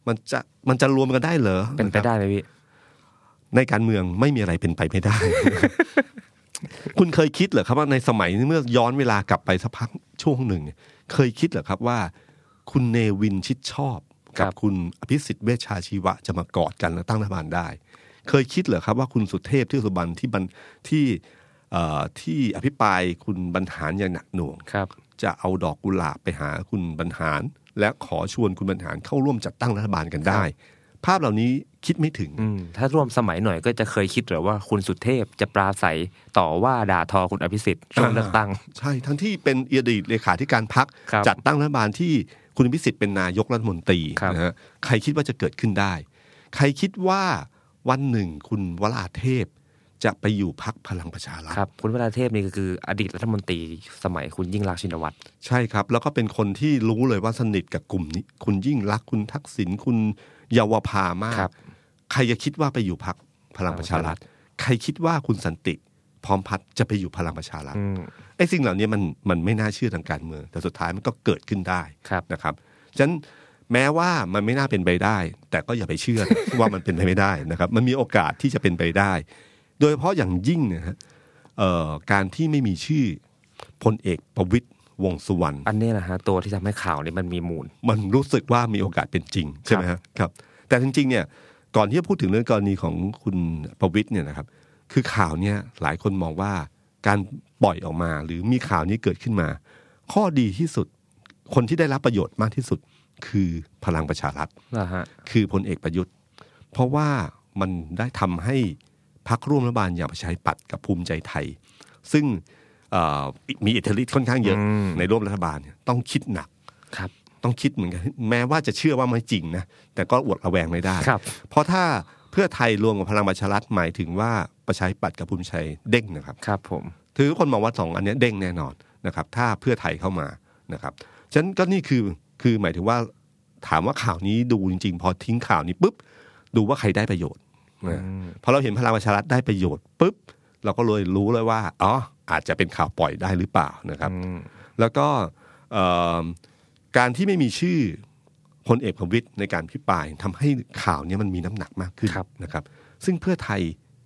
Speaker 2: มันจะมันจะรวมกันได้เหรอ
Speaker 3: เป็นไปได้ไหมพี่
Speaker 2: ในการเมืองไม่มีอะไรเป็นไปไม่ได้ คุณเคยคิดเหรอครับว่าในสมัยเมื่อย้อนเวลากลับไปสักพักช่วงหนึ่งเนี่ยเคยคิดเหรอครับว่า คุณเนวินชิดชอบ
Speaker 3: ครั
Speaker 2: กับ บคุณอภิสิทธิ์เวชชาชีวะจะมากอดกันและตั้งรัฐบาลได้ เคยคิดเหรอครับว่าคุณสุเทพเทือกสุบรรณที่บันที่เอ่อที่อภิปรายคุณบรรหารอย่างหนักหน่วง
Speaker 3: ครับ
Speaker 2: จะเอาดอกกุหลาบไปหาคุณบรรหาร และขอชวนคุณบรรหารเข้าร่วมจัดตั้งรัฐบาลกันได้ ภาพเหล่านี้คิดไม่ถึง
Speaker 3: อืมถ้าร่วมสมัยหน่อยก็จะเคยคิดเหรือว่าคุณสุเทพจะปราศัยต่อว่าด่าทอคุณอภิสิทธิ์ช่วงเลือกตั้ง
Speaker 2: ใช่ทั้งที่เป็นอดีตเลขาธิการพัก
Speaker 3: ครับ
Speaker 2: จัดตั้งรัฐบาลที่คุณพิสิทธิ์เป็นนายกรัฐมนตรีนะฮะใครคิดว่าจะเกิดขึ้นได้ ใครคิดว่าวันหนึ่งคุณวราเทพจะไปอยู่พักพลังประชารัฐ
Speaker 3: ครับ คุณวราเทพนี่ก็คืออดีตรัฐมนตรีสมัยคุณยิ่งรักษณ์ชินวัตร
Speaker 2: ใช่ครับ แล้วก็เป็นคนที่รู้เลยว่าสนิทกับกลุ่มนี้ คุณยิ่งรักษณ์คุณทักษิณคุณเยาวภามาก
Speaker 3: ครับ
Speaker 2: ใครจะคิดว่าไปอยู่พักพลังประชารัฐ ใครคิดว่าคุณสันติ พร้อมพัฒน์จะไปอยู่พลังประชารัฐ
Speaker 3: อืม
Speaker 2: ไอ้สิ่งเหล่านี้มันมันไม่น่าเชื่อทางการเมืองแต่สุดท้ายมันก็เกิดขึ้นได้
Speaker 3: ครับ
Speaker 2: นะครับฉะนั้นแม้ว่ามันไม่น่าเป็นไปได้ แต่ก็อย่าไปเชื่อ ว่ามันเป็นไปไม่ได้นะครับ มันมีโอกาสที่จะเป็นไปได้ โดยเฉพาะอย่างยิ่งนะฮะเอ่อการที่ไม่มีชื่อพลเอกประวิตยวงษ์สุวรรณ
Speaker 3: อันนี้แหละฮะตัวที่ทำให้ข่าวนี้มันมีมูล
Speaker 2: มันรู้สึกว่ามีโอกาสเป็นจริง ใช่ไหมฮะครับ แต่จริงๆเนี่ยก่อนที่จะพูดถึงเรื่องกรณีของคุณประวิทย์เนี่ยนะครับ คือข่าวเนี่ยหลายคนมองว่าการปล่อยออกมาหรือมีข่าวนี้เกิดขึ้นมา ข้อดีที่สุดคนที่ได้รับประโยชน์มากที่สุดคือพลังประชารัฐ
Speaker 3: นะฮะ
Speaker 2: คือพลเอกประยุทธ์ เพราะว่ามันได้ทำให้พักร่วมรัฐบาลอย่างประชาธิปัตย์กับภูมิใจไทย ซึ่งเอ่อมีอิทธิฤทธิ์ค่อนข้างเยอะ
Speaker 3: อืม
Speaker 2: ในร่วมรัฐบาลเนี่ยต้องคิดหนัก
Speaker 3: ครับ
Speaker 2: ต้องคิดเหมือนกันแม้ว่าจะเชื่อว่าไม่จริงนะแต่ก็อวดระแวงไม่ได้
Speaker 3: ครับ
Speaker 2: เพราะถ้าเพื่อไทยรวมกับพลังประชารัฐหมายถึงว่าประชาธิปัตย์กับภูมิชัยเด้งนะครับ
Speaker 3: ครับผม
Speaker 2: ถือคนมองว่าสองอันเนี้ยเด้งแน่นอนนะครับ ถ้าเพื่อไทยเข้ามานะครับฉะนั้นก็นี่คือคือหมายถึงว่าถามว่าข่าวนี้ดูจริงๆ พอทิ้งข่าวนี้ปุ๊บดูว่าใครได้ประโยชน์นะพอเราเห็นพลังประชารัฐได้ประโยชน์ปุ๊บเราก็เลยรู้เลยว่าอ๋ออาจจะเป็นข่าวปล่อยได้หรือเปล่านะครับ แล้วก็เอิ่มการที่ไม่มีชื่อพลเอกประวิตยในการพิปรายทำให้ข่าวเนี้มันมีน้ำหนักมากขึ้น
Speaker 3: ครับ
Speaker 2: นะครับ ซึ่งเพื่อไทย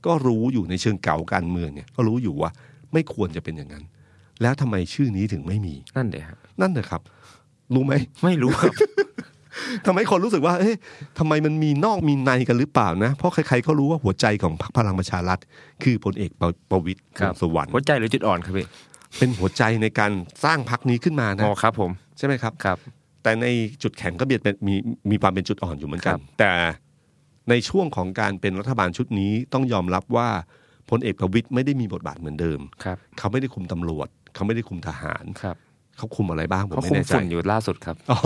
Speaker 2: ก็รู้อยู่ในเชิงเก่าการเมืองเนี่ยก็รู้อยู่ว่าไม่ควรจะเป็นอย่างนั้น แล้วทำไมชื่อนี้ถึงไม่มี
Speaker 3: นั่นเดี๋ยว
Speaker 2: นั่นเลยครับ รู้ไหม
Speaker 3: ไม่รู้ครับ
Speaker 2: ทำให้คนรู้สึกว่า เอ๊ะทำไมมันมีนอกมีในกันหรือเปล่านะ เพราะใครๆก็รู้ว่าหัวใจของพรรคพลังประชารัฐ คือพลเอกประประวิตยว
Speaker 3: ครับ
Speaker 2: งษ์สวรรค์
Speaker 3: หัวใจหรือจุดอ่อนครับพี่
Speaker 2: เป็นหัวใจในการสร้างพรรคนี้ขึ้นมานะ
Speaker 3: อ๋อครับผม
Speaker 2: ใช่ไหมครับ
Speaker 3: ครับ
Speaker 2: แต่ในจุดแข็งก็เบียดเป็นมีมีความเป็นจุดอ่อนอยู่เหมือนกั
Speaker 3: ครั
Speaker 2: น
Speaker 3: บ
Speaker 2: แต่ในช่วงของการเป็นรัฐบาลชุดนี้ต้องยอมรับว่าพลเอกประวิตยไม่ได้มีบทบาทเหมือนเดิม
Speaker 3: ครับ
Speaker 2: เขาไม่ได้คุมตำรวจ เขาไม่ได้คุมทหาร
Speaker 3: ครับ
Speaker 2: เขาคุมอะไรบ้างผม
Speaker 3: เขา
Speaker 2: ไม่
Speaker 3: คุม
Speaker 2: แน่ใจ
Speaker 3: ฝุ่นอยู่ล่าสุดครับ
Speaker 2: อ๋อ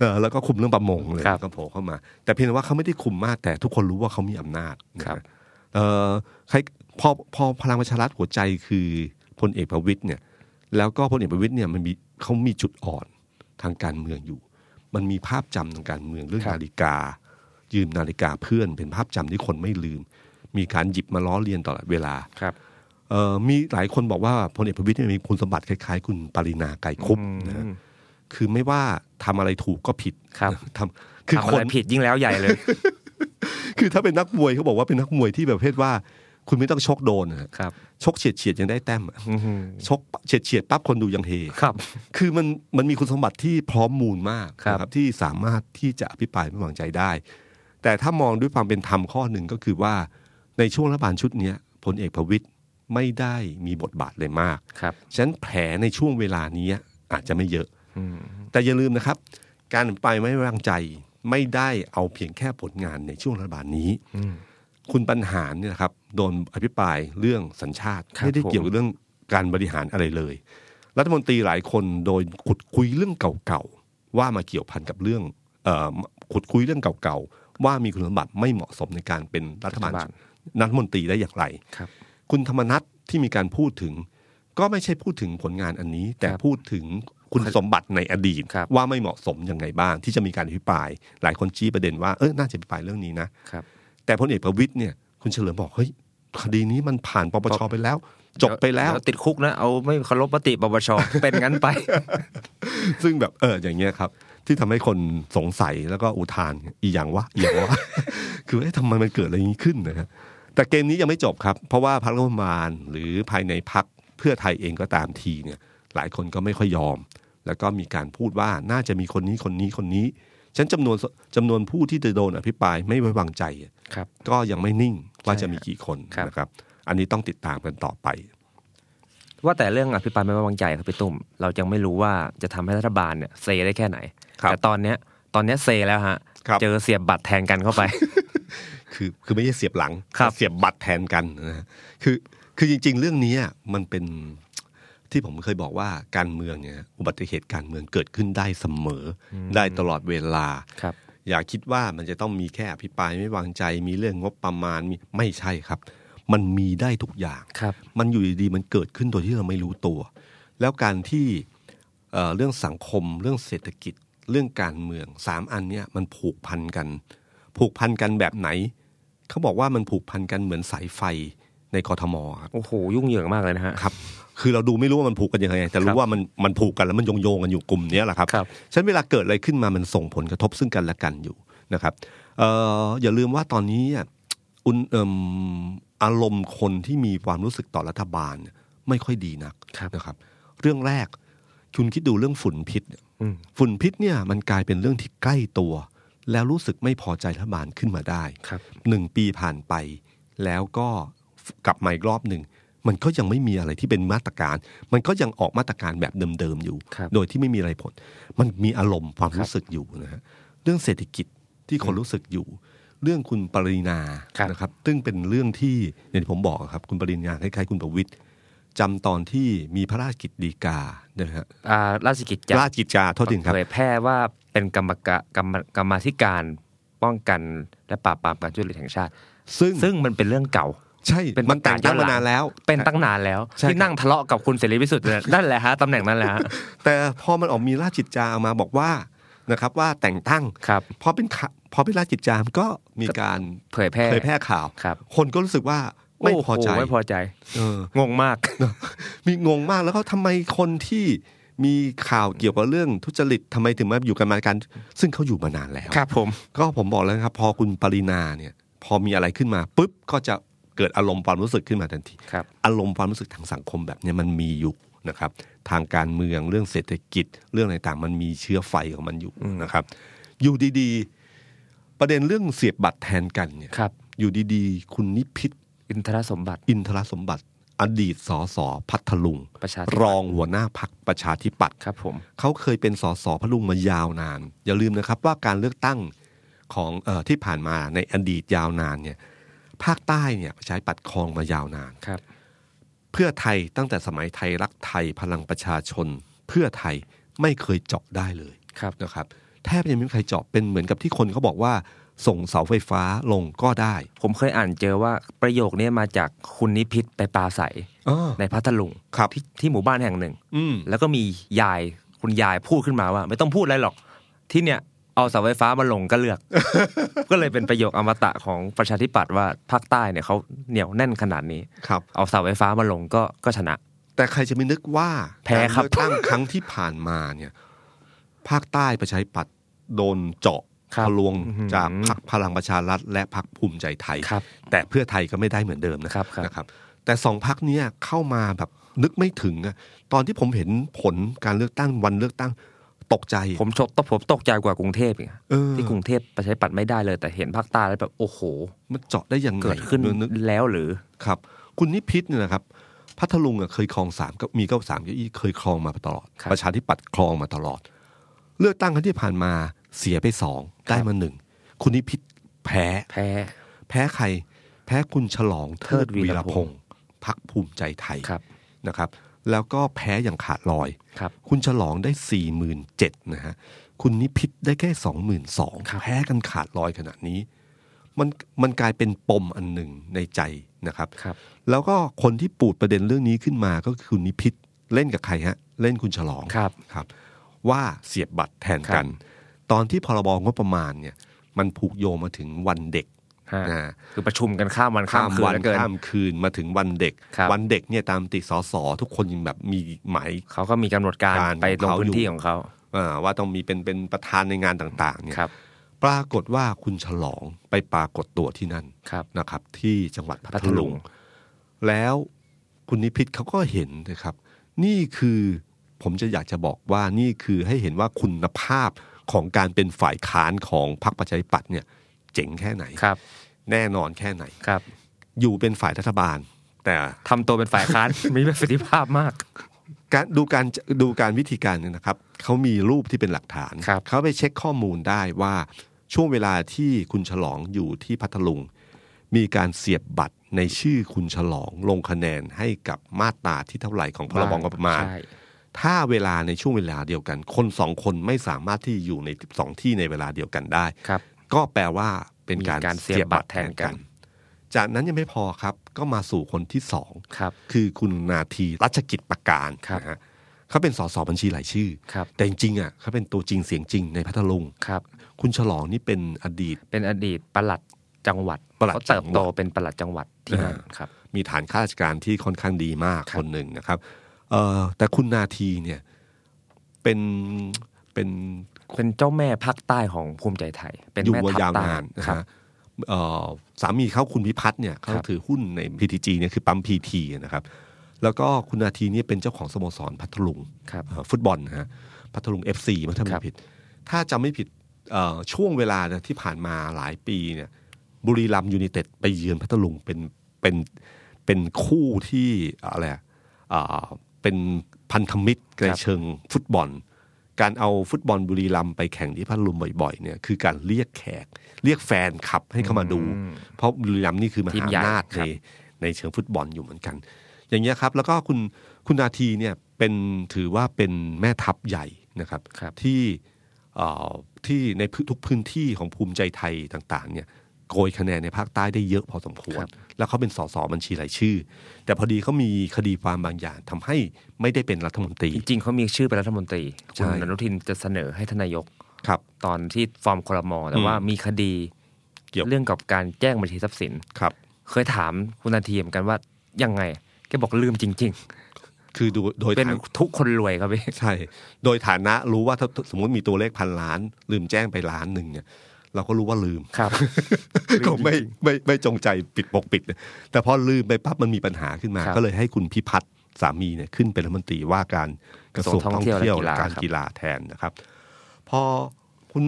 Speaker 2: เออแล้วก็คุมเรื่องประมงเลย
Speaker 3: ครับ
Speaker 2: ก็โผล่เข้ามา แต่เพียงแต่ว่าเขาไม่ได้คุมมากแต่ทุกคนรู้ว่าเขามีอำนาจ
Speaker 3: ครับ
Speaker 2: นะเออใครพอพอพลังประชารัฐหัวใจคือพลเอกประวิตยเนี่ย แล้วก็พลเอกประวิตยเนี่ยมันมีเขามีจุดอ่อนทางการเมืองอยู่ มันมีภาพจำทางการเมืองเรื่องนาฬิกา ยืมนาฬิกาเพื่อน เป็นภาพจำที่คนไม่ลืม มีการหยิบมาล้อเลียนตลอดเวลา
Speaker 3: ครับ
Speaker 2: เอ่อมีหลายคนบอกว่าพลเอกประวิตยเนี่ยมีคุณสมบัติคล้ายๆ คุณปรินาไกรคุบนะฮะคือไม่ว่าทำอะไรถูกก็ผิด
Speaker 3: ครับ
Speaker 2: ทำคือ
Speaker 3: ทำ
Speaker 2: ค
Speaker 3: อะไร
Speaker 2: น
Speaker 3: ผิดยิ่งแล้วใหญ่เลย
Speaker 2: คือถ้าเป็นนักมวยเขาบอกว่าเป็นนักมวยที่แบบประเภทว่า คุณไม่ต้องชกโดนนะฮะ
Speaker 3: ครับ
Speaker 2: ชกเฉียดเฉียดๆยังได้แต้มอะ
Speaker 3: อื้อหือ
Speaker 2: ชกเฉียดเฉียดๆปั๊บคนดูยังเฮ
Speaker 3: ครับ
Speaker 2: คือมันมันมีคุณสมบัติที่พร้อมมูลมาก
Speaker 3: ครับ
Speaker 2: นะที่สามารถที่จะอภิปรายไม่วางใจได้ แต่ถ้ามองด้วยความเป็นธรรมข้อหนึ่งก็คือว่าในช่วงรัฐบาลชุดเนี้ยพลเอกประวิตยไม่ได้มีบทบาทเลยมาก
Speaker 3: ครับ
Speaker 2: ฉะนั้นแผลในช่วงเวลานี้อาจจะไม่เยอะ แต่อย่าลืมนะครับ การอภิปรายไม่ไว้วางใจไม่ได้เอาเพียงแค่ผลงานในช่วงรัฐบาลนี้ คุณปัญหารเนี่ยนะครับโดนอภิปรายเรื่องสัญชาติ
Speaker 3: ครับ
Speaker 2: ไม่ได้
Speaker 3: ผม
Speaker 2: เกี่ยวกับเรื่องการบริหารอะไรเลย รัฐมนตรีหลายคนโดยขุดคุยเรื่องเก่าๆว่ามาเกี่ยวพันกับเรื่องเออขุดคุยเรื่องเก่าๆว่ามีคุณสมบัติไม่เหมาะสมในการเป็นรัฐบาลรัฐมนตรีได้อย่างไร
Speaker 3: ครับ
Speaker 2: คุณธรรมนัทที่มีการพูดถึง ก็ไม่ใช่พูดถึงผลงานอันนี้ แต่
Speaker 3: ครับ
Speaker 2: พูดถึงคุณสมบัติในอดีต
Speaker 3: ครับ
Speaker 2: ว่าไม่เหมาะสมยังไงบ้าง ที่จะมีการอภิปราย หลายคนชี้ประเด็นว่าเออน่าจะอภิปรายเรื่องนี้นะ
Speaker 3: ครับ
Speaker 2: แต่พลเอกประวิตยเนี่ยคุณเฉลิมบอกเฮ้ยคดีนี้มันผ่านปปชไปแล้ว จบไปแล้ว
Speaker 3: เดี๋ยติดคุกนะ เอาไม่เคารพมติปป ช เป็นงั้นไป
Speaker 2: ซึ่งแบบเอออย่างเงี้ยครับ ที่ทำให้คนสงสัยแล้วก็อุทานอีหยังวะอีหยังวะ คือเอ๊ะทำไมมันเกิดอะไรอย่างนี้ขึ้นนะครับแต่เกมนี้ยังไม่จบครับ เพราะว่าพรรครัฐบาลหรือภายในพรรคเพื่อไทยเองก็ตามทีเนี่ย หลายคนก็ไม่ค่อยยอม แล้วก็มีการพูดว่าน่าจะมีคนนี้คนนี้คนนี้ฉันจำนวนจำนวนผู้ที่จะโดนอภิปรายไม่ไว้วางใจ
Speaker 3: ครับ
Speaker 2: ก็ยังไม่นิ่งว่าจะมีกี่คน
Speaker 3: ครับ
Speaker 2: นะครับ อันนี้ต้องติดตามกันต่อไป
Speaker 3: ว่าแต่เรื่องอภิปรายไม่ไว้วางใจครับพี่ตุ้ม เรายังไม่รู้ว่าจะทำให้รัฐบาลเนี่ยเซได้แค่ไหน
Speaker 2: ครับ
Speaker 3: แต่ตอนเนี้ยตอนเนี้ยเซแล้วฮะ
Speaker 2: ครับ
Speaker 3: เจอเสียบบัตรแทนกันเข้าไป
Speaker 2: คือคือไม่ใช่เสียบหลัง
Speaker 3: ครับ
Speaker 2: แต่เสียบบัตรแทนกันนะฮะคือคือจริง ๆ เรื่องนี้อ่ะมันเป็นที่ผมเคยบอกว่าการเมืองเนี่ยอุบัติเหตุการเมืองเกิดขึ้นได้เสมออได้ตลอดเวลา
Speaker 3: ครับ
Speaker 2: อย่าคิดว่ามันจะต้องมีแค่อภิปรายไม่วางใจมีเรื่องงบประมาณมีไม่ใช่ครับ มันมีได้ทุกอย่าง
Speaker 3: ครับ
Speaker 2: มันอยู่ดีๆมันเกิดขึ้นโดยที่เราไม่รู้ตัว แล้วการที่เอ่อเรื่องสังคม เรื่องเศรษฐกิจ เรื่องการเมืองสามอันเนี้ยมันผูกพันกัน ผูกพันกันแบบไหน เขาบอกว่ามันผูกพันกันเหมือนสายไฟในกทมครับ
Speaker 3: โอ้โห ยุ่งเหยิงมากเลยนะฮะ
Speaker 2: ครับ คือเราดูไม่รู้ว่ามันผูกกันยังไงแต่
Speaker 3: ครั
Speaker 2: รู้
Speaker 3: บ
Speaker 2: ว่ามันมันผูกกันแล้วมันโยงโยงๆกันอยู่กลุ่มเนี้ยแหละครับ
Speaker 3: ครับ
Speaker 2: ฉะนันเวลาเกิดอะไรขึ้นมามันส่งผลกระทบซึ่งกันและกันอยู่นะครับเอ่ออย่าลืมว่าตอนนี้อ่ะอุนเอิ่มอารมณ์คนที่มีความรู้สึกต่อรัฐบาลเนี่ยไม่ค่อยดีนัก
Speaker 3: ครับ
Speaker 2: นะครับเรื่องแรกคุณคิดดูเรื่องฝุ่นพิษเนี่ย
Speaker 3: อืม
Speaker 2: ฝุ่นพิษเนี่ยมันกลายเป็นเรื่องที่ใกล้ตัว แล้วรู้สึกไม่พอใจรัฐบาลขึ้นมาได้
Speaker 3: ครับ
Speaker 2: หนึ่งปีผ่านไป แล้วก็กลับมาอีกรอบหนึ่ง มันก็ยังไม่มีอะไรที่เป็นมาตรการ มันก็ยังออกมาตรการแบบเดิมๆอยู่
Speaker 3: ครับ
Speaker 2: โดยที่ไม่มีอะไรผล มันมีอารมณ์ความรู้สึกอยู่นะฮะเรื่องเศรษฐกิจที่คนรู้สึกอยู่ เรื่องคุณปรินา
Speaker 3: ครับ
Speaker 2: นะครับซึ่งเป็นเรื่องที่อย่างที่ผมบอกอะครับคุณปรินาคล้ายๆคุณประวิทย จำตอนที่มีพระราชกิจฎีกานะฮะ
Speaker 3: อ่าราชกิจจา
Speaker 2: ราชกิจจาโทษทีครับ
Speaker 3: เผยแพร่ว่าเป็นกรรมกะกรรมกรรมาธิการป้องกันและปราบปรามการทุจริตแห่งชาติ
Speaker 2: ซึ่ง
Speaker 3: ซึ่งมันเป็นเรื่องเก่า
Speaker 2: ใช่
Speaker 3: เป็น
Speaker 2: มันแต่งตั้ง
Speaker 3: ประกาศย้อนหลั
Speaker 2: มาง นานแล้ว
Speaker 3: เป็นตั้งนานแล้ว
Speaker 2: ใช่ค
Speaker 3: ที่
Speaker 2: รับ
Speaker 3: นั่งทะเลาะกับคุณเสรีพิสุทธิ์เนี่ยนั่นแหละฮะตำแหน่งนั้นแหละฮะ
Speaker 2: แต่พอมันออกมีราชกิจจาออกมาบอกว่านะครับว่าแต่งตั้ง
Speaker 3: ครับ
Speaker 2: พอเป็นข่าพอเป็นราชกิจจามันก็มีการ
Speaker 3: เผยแพร่
Speaker 2: เผยแพร่ข่าว
Speaker 3: ครับ
Speaker 2: คนก็รู้สึกว่าไม่พอใจ
Speaker 3: โโหไม่พอใจ
Speaker 2: เออ
Speaker 3: งงมาก
Speaker 2: มีงงมากแล้วก็ทำไมคนที่มีข่าวเกี่ยวกับเรื่องทุจริตทำไมถึงมาอยู่กันมาการซึ่งเขาอยู่มานานแล้ว
Speaker 3: ครับผม
Speaker 2: ก็ผมบอกแล้วนะครับ พอคุณปรินาเนี่ย พอมีอะไรขึ้นมาปุ๊บก็จะเกิดอารมณ์ความรู้สึกขึ้นมาทันที
Speaker 3: ครับ
Speaker 2: อารมณ์ความรู้สึกทางสังคมแบบเนี้มันมีอยู่นะครับ ทางการเมืองเรื่องเศรษฐกิจ เรื่องอะไรต่างมันมีเชื้อไฟของมันอยู่นะครับ อยู่ดีๆ ประเด็นเรื่องเสียบบัตรแทนกันเนี่ย
Speaker 3: ครับ
Speaker 2: อยู่ดีๆ คุณนิพิษ
Speaker 3: อินทรสมบัติ
Speaker 2: อินทรสมบัติ อดีตสสพัทลุง
Speaker 3: ประชาธิปัตย์
Speaker 2: รองหัวหน้าพักประชาธิปัตย์
Speaker 3: ครับผม
Speaker 2: เขาเคยเป็นสสพัทลุงมายาวนาน อย่าลืมนะครับว่าการเลือกตั้งของเออที่ผ่านมาในอดีตยาวนานเนี่ยภาคใต้เนี่ยประชาธิปัตย์ครองมายาวนาน
Speaker 3: ครับ
Speaker 2: เพื่อไทยตั้งแต่สมัยไทยรักไทยพลังประชาชน เพื่อไทยไม่เคยเจาะได้เลย
Speaker 3: ครับ
Speaker 2: นะครับแทบจะไม่มีใครเจาะเป็นเหมือนกับที่คนเขาบอกว่า ส่งเสาไฟฟ้าลงก็ได้
Speaker 3: ผมเคยอ่านเจอว่าประโยคเนี้มาจากคุณนิพิษไปปลาใส
Speaker 2: อ้อ
Speaker 3: ในพัทลุง
Speaker 2: ครับ
Speaker 3: ที่ที่หมู่บ้านแห่งหนึ่ง
Speaker 2: อืม
Speaker 3: แล้วก็มียายคุณยายพูดขึ้นมาว่า ไม่ต้องพูดอะไรหรอก ที่เนี่ยเอาเสาไฟฟ้ามาลงก็เลือก ก็เลยเป็นประโยคอมตะของประชาธิปัตย์ว่าภาคใต้เนี่ยเขาเหนียวแน่นขนาดนี้
Speaker 2: ครับ
Speaker 3: เอาเสาไฟฟ้ามาลงก็ก็ชนะ
Speaker 2: แต่ใครจะไม่นึกว่า
Speaker 3: แพ้ครับ
Speaker 2: การเลือกตั้งครั้งที่ผ่านมาเนี่ย ภาคใต้ประชาธิปัตย์โดนเจาะ
Speaker 3: ครับ
Speaker 2: ทะลวง
Speaker 3: อื้อหือ
Speaker 2: จากพรรคพลังประชารัฐและพรรคภูมิใจไทย
Speaker 3: ครับ
Speaker 2: แต่เพื่อไทยก็ไม่ได้เหมือนเดิมนะครับ
Speaker 3: ครับ
Speaker 2: นะครับ แต่สองพรรคเนี้ยเข้ามาแบบนึกไม่ถึงอะตอนที่ผมเห็นผลการเลือกตั้งวันเลือกตั้งตกใจ
Speaker 3: ผมชกตผมตกใจกว่ากรุงเทพอีกอะ
Speaker 2: เออ
Speaker 3: ที่กรุงเทพประชาธิปัตย์ไม่ได้เลย แต่เห็นภาคใต้แล้วแบบโอ้โห
Speaker 2: มันเจาะได้ยังไง
Speaker 3: เกิดขึ้น
Speaker 2: มันนึก
Speaker 3: แล้วหรือ
Speaker 2: ครับคุณนิพิษเนี่ยนะครับพัทลุงอะเคยครองสามเก็มีเก้าสามเก้าอี้เคยครองมาตลอด
Speaker 3: ครับ
Speaker 2: ประชาธิปัตย์ครองมาตลอด เลือกตั้งครั้งที่ผ่านมาเสียไปสองได้มาหนึ่งคุณนิพิษแพ้
Speaker 3: แพ้
Speaker 2: แพ้ใคร แพ้คุณฉลองเทิด
Speaker 3: เทิดวี
Speaker 2: วี
Speaker 3: ร
Speaker 2: ร
Speaker 3: พ
Speaker 2: พ
Speaker 3: ง
Speaker 2: ง
Speaker 3: ษ์
Speaker 2: ศ์พักภูมิใจไทย
Speaker 3: ครับ
Speaker 2: นะครับ แล้วก็แพ้อย่างขาดลอย
Speaker 3: ครับ
Speaker 2: คุณฉลองได้สี่หมื่นเจ็ดนะฮะคุณนิพิษได้แค่สองหมื่นสอง
Speaker 3: ครับ
Speaker 2: แพ้กันขาดลอยขนาดนี้ มันมันกลายเป็นปมอันหนึ่งในใจนะครับ
Speaker 3: ครับ
Speaker 2: แล้วก็คนที่ปูดประเด็นเรื่องนี้ขึ้นมาก็คือคุณนิพิษเล่นกับใครฮะ เล่นคุณฉลอง
Speaker 3: ครับ
Speaker 2: ครับ ว่าเสียบบัตรแทนกัน ตอนที่พรบงบประมาณเนี่ย มันผูกโยงมาถึงวันเด็ก
Speaker 3: ฮะ
Speaker 2: นะ
Speaker 3: คือประชุมกันข้ามวันข้ามคืน
Speaker 2: วั
Speaker 3: แล้วเกิน
Speaker 2: ข้ามคืนมาถึงวันเด็ก
Speaker 3: ครับ
Speaker 2: วันเด็กเนี่ยตามติสอสอทุกคนยังแบบมีหมาย
Speaker 3: เขาก็มีกำหนดการ
Speaker 2: การ
Speaker 3: ไปลง
Speaker 2: เขา
Speaker 3: พื้
Speaker 2: อยู่
Speaker 3: นที่ของเขา
Speaker 2: อ่าว่าต้องมีเป็นเป็นประธานในงานต่างๆเนี่ย
Speaker 3: ครับ
Speaker 2: ปรากฏว่าคุณฉลองไปปรากฏตัวที่นั่น
Speaker 3: ครับ
Speaker 2: นะครับ ที่จังหวัดพั
Speaker 3: พั
Speaker 2: ท
Speaker 3: ทลุ
Speaker 2: ลุ
Speaker 3: ง
Speaker 2: ง แล้วคุณนิพิษเขาก็เห็นนะครับ นี่คือผมจะอยากจะบอกว่านี่คือให้เห็นว่าคุณภาพของการเป็นฝ่ายค้านของพรรคประชาธิปัตย์เนี่ย เจ๋งแค่ไหน
Speaker 3: ครับ
Speaker 2: แน่นอนแค่ไหน
Speaker 3: ครับ
Speaker 2: อยู่เป็นฝ่ายรัฐบาล แต่
Speaker 3: ทำตัวเป็นฝ่ายค้าน มีประสิทธิภาพมาก
Speaker 2: การดูการดูการวิธีการเนี่ยนะครับเขามีรูปที่เป็นหลักฐาน
Speaker 3: ครับ
Speaker 2: เขาไปเช็คข้อมูลได้ว่าช่วงเวลาที่คุณฉลองอยู่ที่พัทลุง มีการเสียบบัตรในชื่อคุณฉลองลงคะแนนให้กับมาตราที่เท่าไหร่ของพรบงบประมาณ
Speaker 3: ใช่
Speaker 2: ถ้าเวลาในช่วงเวลาเดียวกัน คนสองคนไม่สามารถที่อยู่ในสองที่ในเวลาเดียวกันได้
Speaker 3: ครับ
Speaker 2: ก็แปลว่าเป็นการ
Speaker 3: มีการเสียบบัตรแทนกัน
Speaker 2: จากนั้นยังไม่พอครับ ก็มาสู่คนที่สอง
Speaker 3: ครับ
Speaker 2: คือคุณนาทีรัชกิจประการ
Speaker 3: ครับ
Speaker 2: นะฮะเขาเป็นสสบัญชีรายชื่อ
Speaker 3: ครับ
Speaker 2: แต่จริงๆอ่ะเขาเป็นตัวจริงเสียงจริงในพัทลุง
Speaker 3: ครับ
Speaker 2: คุณฉลองนี่เป็นอดีต
Speaker 3: เป็นอดีตปลัดจังหวัด
Speaker 2: ปลัด
Speaker 3: เขาเติบ
Speaker 2: จังหวัด
Speaker 3: โตเป็นปลัดจังหวัดที่นั่นครับ
Speaker 2: มีฐานข้าราชการที่ค่อนข้างดีมาก
Speaker 3: ค
Speaker 2: ครับ นหนึ่งนะครับเอ่อแต่คุณนาทีเนี่ยเป็นเป็น
Speaker 3: เป็นเจ้าแม่ภาคใต้ของภูมิใจไทย เป็น
Speaker 2: อยู่
Speaker 3: แม่
Speaker 2: มา
Speaker 3: ทัพ
Speaker 2: ยาว
Speaker 3: ใต้
Speaker 2: นานนะ
Speaker 3: ครั
Speaker 2: ฮะ
Speaker 3: บ
Speaker 2: เอ่อสามีเขาคุณพิพัฒน์เนี่ย
Speaker 3: ครั
Speaker 2: เขา
Speaker 3: บ
Speaker 2: ถือหุ้นใน PTG เนี่ยคือปั๊ม PT นะครับ แล้วก็คุณนาทีเนี่ยเป็นเจ้าของสโมสรพัทลุง
Speaker 3: ครับ
Speaker 2: เอ่อฟุตบอลนะฮะพัทลุง FC มั้งถ้า
Speaker 3: ครั
Speaker 2: ไม่
Speaker 3: บ
Speaker 2: ผิด ถ้าจำไม่ผิดเอ่อช่วงเวลาเนี่ยที่ผ่านมาหลายปีเนี่ยบุรีรัมย์ยูไนเต็ดไปเยือนพัทลุงเป็นเป็นเป็นคู่ที่อะไรอะเอ่อเป็นพันธมิตรในเชิงฟุตบอล การเอาฟุตบอลบุรีรัมย์ไปแข่งที่พัทลุงบ่อยๆเนี่ยคือการเรียกแขก เรียกแฟนขับให้เข้ามาดู เพราะบุรีรัมย์นี่คือม
Speaker 3: ที
Speaker 2: หาม
Speaker 3: ใหญ่
Speaker 2: อำนาจ
Speaker 3: ค
Speaker 2: ใน
Speaker 3: รับ
Speaker 2: ในเชิงฟุตบอลอยู่เหมือนกัน อย่างเงี้ยครับ แล้วก็คุณคุณนาทีเนี่ยเป็นถือว่าเป็นแม่ทัพใหญ่นะครับ
Speaker 3: ครับ
Speaker 2: ที่เอ่อที่ในพื้นทุกพื้นที่ของภูมิใจไทยต่างๆเนี่ยโกยคะแนนในภาคใต้ได้เยอะพอสมควร แล้วเขาเป็นสสบัญชีรายชื่อ แต่พอดีเขามีคดีความบางอย่างทำให้ไม่ได้เป็นรัฐมนตรี
Speaker 3: จริงๆเขามีชื่อเป็นรัฐมนตรี
Speaker 2: ใช่
Speaker 3: คุณอนุทินจะเสนอให้ทานนายก
Speaker 2: ครับ
Speaker 3: ตอนที่ฟอร์มครมแต่
Speaker 2: อืม
Speaker 3: ว่ามีคดี
Speaker 2: เกี่ยว
Speaker 3: เรื่องกับการแจ้งบัญชีทรัพย์สิน
Speaker 2: ครับ
Speaker 3: เคยถามคุณนาทีเหมือนกันว่ายังไงแกบอกลืมจริง
Speaker 2: คือดูโดย
Speaker 3: ๆ เป็น
Speaker 2: ฐาน
Speaker 3: ทุกคนรวยครับ พี่
Speaker 2: ใช่ โดยฐานะรู้ว่าถ้าสมมติมีตัวเลขพันล้าน ลืมแจ้งไปล้านหนึ่งเนี่ยเราก็รู้ว่าลืม
Speaker 3: ครับ
Speaker 2: ก็ไม่ไม่ไม่จงใจปิดปกปิด แต่พอลืมไปปั๊บมันมีปัญหาขึ้นมา
Speaker 3: ครับ
Speaker 2: ก็เลยให้คุณพิพัฒน์สามีเนี่ยขึ้นเป็นรัฐมนตรีว่าการกระทรวงท่องเที่ยวและการกีฬาแทนนะครับ พอคุณ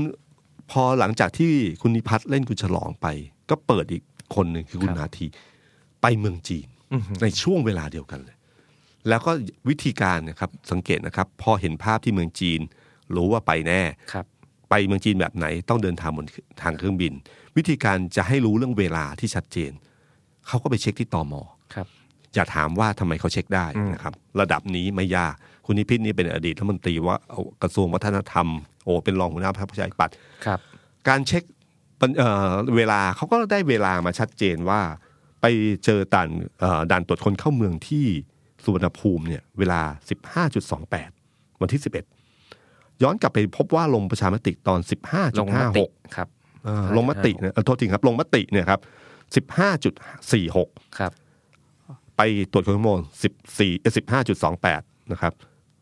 Speaker 2: พอหลังจากที่คุณนิพัฒน์เล่นคุณฉลองไป ก็เปิดอีกคนหนึ่งคือคุณ
Speaker 3: ครับ
Speaker 2: นาที ไปเมืองจีน
Speaker 3: อื้อหือ
Speaker 2: ในช่วงเวลาเดียวกันเลย แล้วก็วิธีการนะครับสังเกตนะครับ พอเห็นภาพที่เมืองจีน รู้ว่าไปแน่
Speaker 3: ครับ
Speaker 2: ไปเมืองจีนแบบไหนต้องเดินทางบนทางเครื่องบิน วิธีการจะให้รู้เรื่องเวลาที่ชัดเจน เขาก็ไปเช็คที่ตอมอ
Speaker 3: ครับ
Speaker 2: อย่าถามว่าทำไมเขาเช็คได้นะครับ ระดับนี้ไม่ยาก คุณนิพิษนี่เป็นอดีตรัฐมนตรีว่าเอากระทรวงวัฒนธรรมโอ้เป็นรองหัวหน้าพรรคประชาธิปัตย์
Speaker 3: ครับ
Speaker 2: การเช็คปัญเอ่อเวลาเขาก็ได้เวลามาชัดเจนว่า ไปเจอด่านเอ่อด่านตรวจคนเข้าเมืองที่สุวรรณภูมิเนี่ยเวลา 15.28 วันที่ 11 ย้อนกลับไปพบว่าลงประชามติตอน
Speaker 3: ลงมติ
Speaker 2: 15.56
Speaker 3: ครับ
Speaker 2: อ่า
Speaker 3: ใช่
Speaker 2: ลงมติ
Speaker 3: ใช่
Speaker 2: นะเอ่อโทษทีครับ ลงมติเนี่ยครับสิบห้าจุดสี่หก
Speaker 3: ครับ
Speaker 2: ไปตรวจคนเข้าเมืองสิบสี่สิบห้าจุดสองแปดนะครับ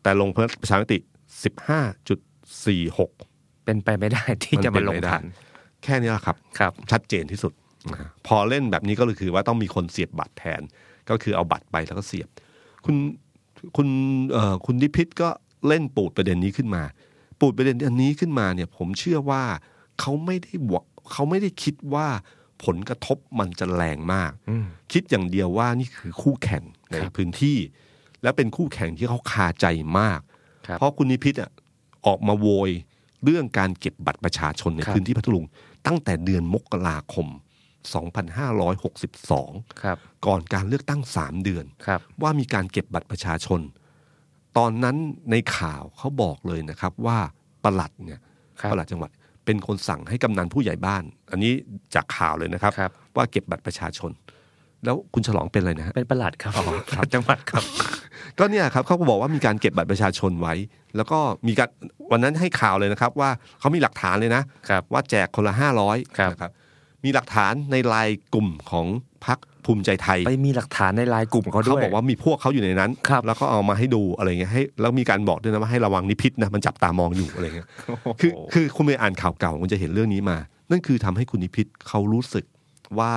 Speaker 2: แต่ลงประชามติสิบห้าจุดสี่หก
Speaker 3: เป็นไปไม่ได้ที่
Speaker 2: มัน
Speaker 3: จะมาล
Speaker 2: เป็นไป
Speaker 3: ง
Speaker 2: ไม่ได้
Speaker 3: ทัน
Speaker 2: แค่นี้แหละครับ
Speaker 3: ครับ
Speaker 2: ชัดเจนที่สุด พอเล่นแบบนี้ก็คือว่าต้องมีคนเสียบบัตรแทน ก็คือเอาบัตรไปแล้วก็เสียบ คุณคุณเอ่อคุณนิพิษก็เล่นปูดประเด็นนี้ขึ้นมา ปูดประเด็นอันนี้ขึ้นมาเนี่ย ผมเชื่อว่าเขาไม่ได้หวังเขาไม่ได้คิดว่าผลกระทบมันจะแรงมาก
Speaker 3: อืม
Speaker 2: คิดอย่างเดียวว่านี่คือคู่แข่งใน
Speaker 3: ครับ
Speaker 2: พื้นที่ และเป็นคู่แข่งที่เขาคาใจมาก
Speaker 3: ครับ
Speaker 2: เพราะคุณนิพิษอ่ะออกมาโวยเรื่องการเก็บบัตรประชาชนใน
Speaker 3: ครับ
Speaker 2: พื้นที่พัทลุง ตั้งแต่เดือนมกราคม 2562
Speaker 3: ครับ
Speaker 2: ก่อนการเลือกตั้ง 3 เดือน
Speaker 3: ครับ
Speaker 2: ว่ามีการเก็บบัตรประชาชน ตอนนั้นในข่าวเขาบอกเลยนะครับว่าประหลัดเนี่ย
Speaker 3: ครับ
Speaker 2: ประหลัดจังหวัด เป็นคนสั่งให้กำนันผู้ใหญ่บ้าน อันนี้จากข่าวเลยนะครับ
Speaker 3: ครับ
Speaker 2: ว่าเก็บบัตรประชาชน แล้วคุณฉลองเป็นอะไรนะฮะ
Speaker 3: เป็นประหลัดครับครับจังหวัดครับ
Speaker 2: ก็เนี่ยครับเขาก็บอกว่ามีการเก็บบัตรประชาชนไว้ แล้วก็มีการวันนั้นให้ข่าวเลยนะครับ ว่าเขามีหลักฐานเลยนะ
Speaker 3: ครับ
Speaker 2: ว่าแจกคนละห้าร้อย
Speaker 3: ครับ
Speaker 2: นะครับมีหลักฐานในไลายกลุ่มของพักภูมิใจไทย
Speaker 3: ไปมีหลักฐานในไลน์กลุ่มเขาด้
Speaker 2: เขา
Speaker 3: วย
Speaker 2: บอกว่ามีพวกเขาอยู่ในนั้น
Speaker 3: ครับ
Speaker 2: แล้วก็เอามาให้ดูอะไรเงี้ยให้แล้วมีการบอกด้วยนะว่าให้ระวังนิพิษนะมันจับตามองอยู่อะไรเงี้ยคือคือคุณไปอ่านข่าวเก่าคุณจะเห็นเรื่องนี้มา นั่นคือทำให้คุณนิพิษเขารู้สึกว่า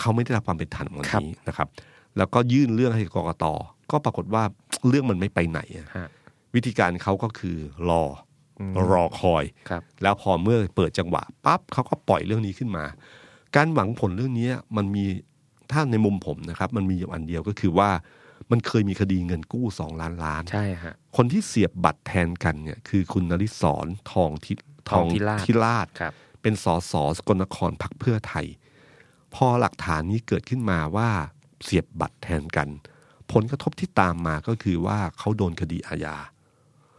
Speaker 2: เขาไม่ได้รับความเป็นธรรมวันนี้นะครับ แล้วก็ยื่นเรื่องให้กกตก็ปรากฏว่าเรื่องมันไม่ไปไหนอะ
Speaker 3: ฮะ
Speaker 2: วิธีการเขาก็คือรออรอคอย
Speaker 3: ครับ
Speaker 2: แล้วพอเมื่อเปิดจังหวะปั๊บเขาก็ปล่อยเรื่องนี้ขึ้นมา การหวังผลเรื่องนี้มันมีถ้าในมุมผมนะครับ มันมีอยู่อันเดียวก็คือว่ามันเคยมีคดีเงินกู้สองล้านล้าน
Speaker 3: ใช่ฮะ
Speaker 2: คนที่เสียบบัตรแทนกันเนี่ยคือคุณนริศรทองทิ
Speaker 3: ทองทิราช
Speaker 2: ทิราช
Speaker 3: ครับ
Speaker 2: เป็นสสสกลนครพักเพื่อไทย พอหลักฐานนี้เกิดขึ้นมาว่าเสียบบัตรแทนกัน ผลกระทบที่ตามมาก็คือว่าเขาโดนคดีอาญา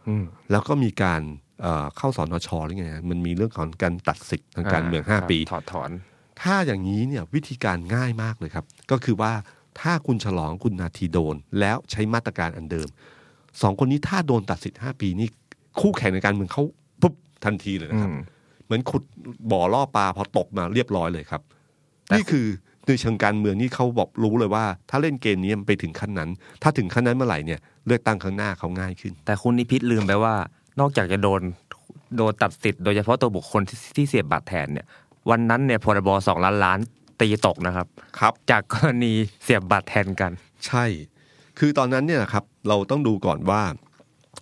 Speaker 3: อืม
Speaker 2: แล้วก็มีการเอ่อเข้าสอนอชอหรือไงฮะมันมีเรื่องของการตัดสิทธิ์ทางการเมือง
Speaker 3: คบ
Speaker 2: 5 ปี
Speaker 3: ถอดถอน
Speaker 2: ถ้าอย่างนี้เนี่ยวิธีการง่ายมากเลยครับ ก็คือว่าถ้าคุณฉลองคุณนาทีโดน แล้วใช้มาตรการอันเดิมสองคนนี้ถ้าโดนตัดสิทธิ์ 5 ปีนี่คู่แข่งในการเมืองเขาปุ๊บทันทีเลยนะครับ
Speaker 3: อืม
Speaker 2: เหมือนขุดบ่อล่อปลาพอตกมาเรียบร้อยเลยครับ นี่คือในเชิงการเมืองนี่เขาบอกรู้เลยว่า ถ้าเล่นเกมนี้มันไปถึงขั้นนั้น ถ้าถึงขั้นนั้นเมื่อไหร่เนี่ยเลือกตั้งครั้งหน้าเขาง่ายขึ้น
Speaker 3: แต่คุณนิพิษลืมไปว่า นอกจากจะโดนโดนตัดสิทธิ์โดยเฉพาะตัวบุคคลที่ที่เสียบบัตรแทนเนี่ย วันนั้นเนี่ยพรบสองล้านล้านตีตกนะครับ
Speaker 2: ครับ
Speaker 3: จากกรณีเสียบบัตรแทนกัน
Speaker 2: ใช่ คือตอนนั้นเนี่ยนะครับเราต้องดูก่อนว่า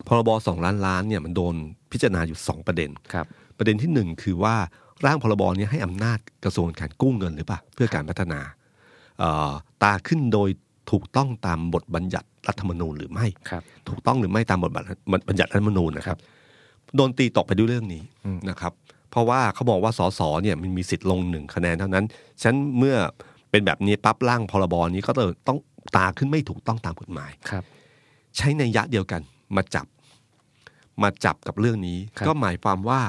Speaker 2: พรบสองล้านล้านเนี่ยมันโดนพิจารณาอยู่ 2 ประเด็น
Speaker 3: ครับ
Speaker 2: ประเด็นที่หนึ่งคือว่าร่างพรบเนี้ให้อำนาจกระทรวงการกู้เงินหรือเปล่าเพื่อการพัฒนาเอ่อตาขึ้นโดยถูกต้องตามบทบัญญัติรัฐธรรมนูญหรือไม่
Speaker 3: ครับ
Speaker 2: ถูกต้องหรือไม่ตามบทบัญญัติรัฐธรรมนูญนะครับ โดนตีตกไปด้วยเรื่องนี้นะครับ เพราะว่าเขาบอกว่าสสเนี่ยมันมีสิทธิ์ลงหนึ่งคะแนนเท่านั้นฉะนันเมื่อเป็นแบบนี้ปั๊บร่างพรบนี้ก็ต้อง ตาขึ้นไม่ถูกต้องตามกฎหมาย
Speaker 3: ครับ
Speaker 2: ใช้ในยยะเดียวกันมาจับ มาจับกับเรื่องนี้
Speaker 3: ครับ
Speaker 2: ก็หมายความว่า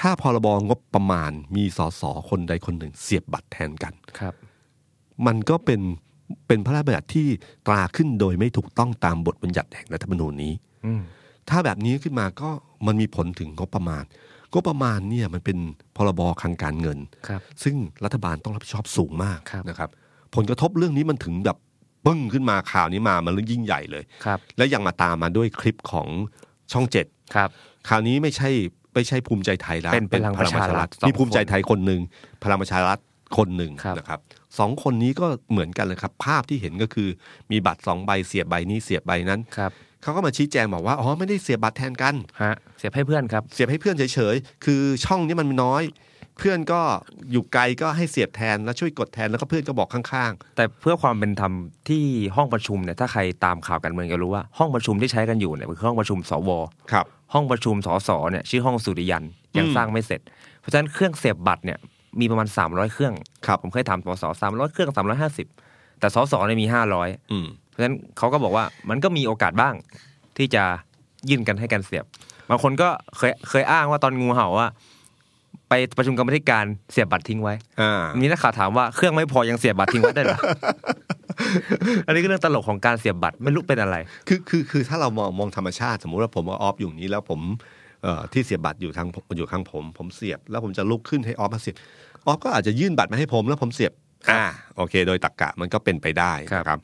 Speaker 2: ถ้าพรบงบประมาณมีสสคนใดคนหนึ่ง เสียบบัตรแทนกัน
Speaker 3: ครับ
Speaker 2: มันก็เป็นเป็นพระราชบัญญัติที่ตราขึ้นโดยไม่ถูกต้องตามบทบัญญัติแห่งรัฐธรรมนูญนี้
Speaker 3: อืม
Speaker 2: ถ้าแบบนี้ขึ้นมาก็มันมีผลถึงงบประมาณงบประมาณเนี่ยมันเป็นพรบคลังการเงิน
Speaker 3: ครับ
Speaker 2: ซึ่งรัฐบาลต้องรับผิดชอบสูงมาก
Speaker 3: ครับ
Speaker 2: นะครับ ผลกระทบเรื่องนี้มันถึงแบบปึ้งขึ้นมาข่าวนี้มามันเรื่องยิ่งใหญ่เลย
Speaker 3: ครับ
Speaker 2: และยังมาตามมาด้วยคลิปของช่องเจ็ด
Speaker 3: ครับ
Speaker 2: คราวนี้ไม่ใช่ไม่ใช่ภูมิใจไทยแล้ว
Speaker 3: เป็นพลังประชารัฐสอง
Speaker 2: มีภูมิใจไทยคนหนึ่งพลังประชารัฐคนหนึ่ง
Speaker 3: ครับ
Speaker 2: นะครับสองคนนี้ก็เหมือนกันเลยครับ ภาพที่เห็นก็คือมีบัตรสองใบเสียบใบนี้เสียบใบนั้น
Speaker 3: ครับ
Speaker 2: เขาก็มาชี้แจงบอกว่าอ๋อไม่ได้เสียบบัตรแทนกัน
Speaker 3: ฮะเสียบให้เพื่อนครับ
Speaker 2: เสียบให้เพื่อนเฉยๆ คือช่องนี้มันน้อย เพื่อนก็อยู่ไกลก็ให้เสียบแทนแล้วช่วยกดแทนแล้วก็เพื่อนก็บอกข้าง
Speaker 3: แต่เพื่อความเป็นธรรมที่ห้องประชุมเนี่ยถ้าใครตามข่าวการเมืองจะรู้ว่าห้องประชุมที่ใช้กันอยู่เนี่ยมันคือห้องประชุมสว
Speaker 2: ๆ ครับ
Speaker 3: ห้องประชุมสสเนี่ยชื่อห้องสุริยันยัง
Speaker 2: อืม
Speaker 3: สร้างไม่เสร็จ เพราะฉะนั้นเครื่องเสียบบัตรเนี่ยมีประมาณ 300 เครื่อง
Speaker 2: ครับ
Speaker 3: ผมเคยถามสสสามร้อยเครื่อง 350 แต่สสเนี่ยมี 500
Speaker 2: อืม
Speaker 3: เพราะฉะนั้นเขาก็บอกว่ามันก็มีโอกาสบ้างที่จะยื่นกันให้กันเสียบ บางคนก็เคยเคยอ้างว่าตอนงูเห่าว่า ไปประชุมกรรมธิการเสียบบัตรทิ้งไว้
Speaker 2: อ่า
Speaker 3: มีนักข่าวถามว่าเครื่องไม่พอยังเสียบบัตรทิ้งไว้ได้เห รอ อันนี้ก็เรื่องตลกของการเสียบบัตรไม่รู้เป็นอะไร
Speaker 2: คือคือคือถ้าเรามองมองธรรมชาติ สมมุติว่าผมว่าออฟอยู่นี้แล้วผมเอ่อที่เสียบบัตรอยู่ทางอยู่ข้างผม ผมเสียบ แล้วผมจะลุกขึ้นให้ออฟมาเสียบออฟก็อาจจะยื่นบัตรมาให้ผมแล้วผมเสียบอ่าโอเค โดยตรกกะมันก็เป็นไปได้
Speaker 3: ครับ
Speaker 2: นะครับ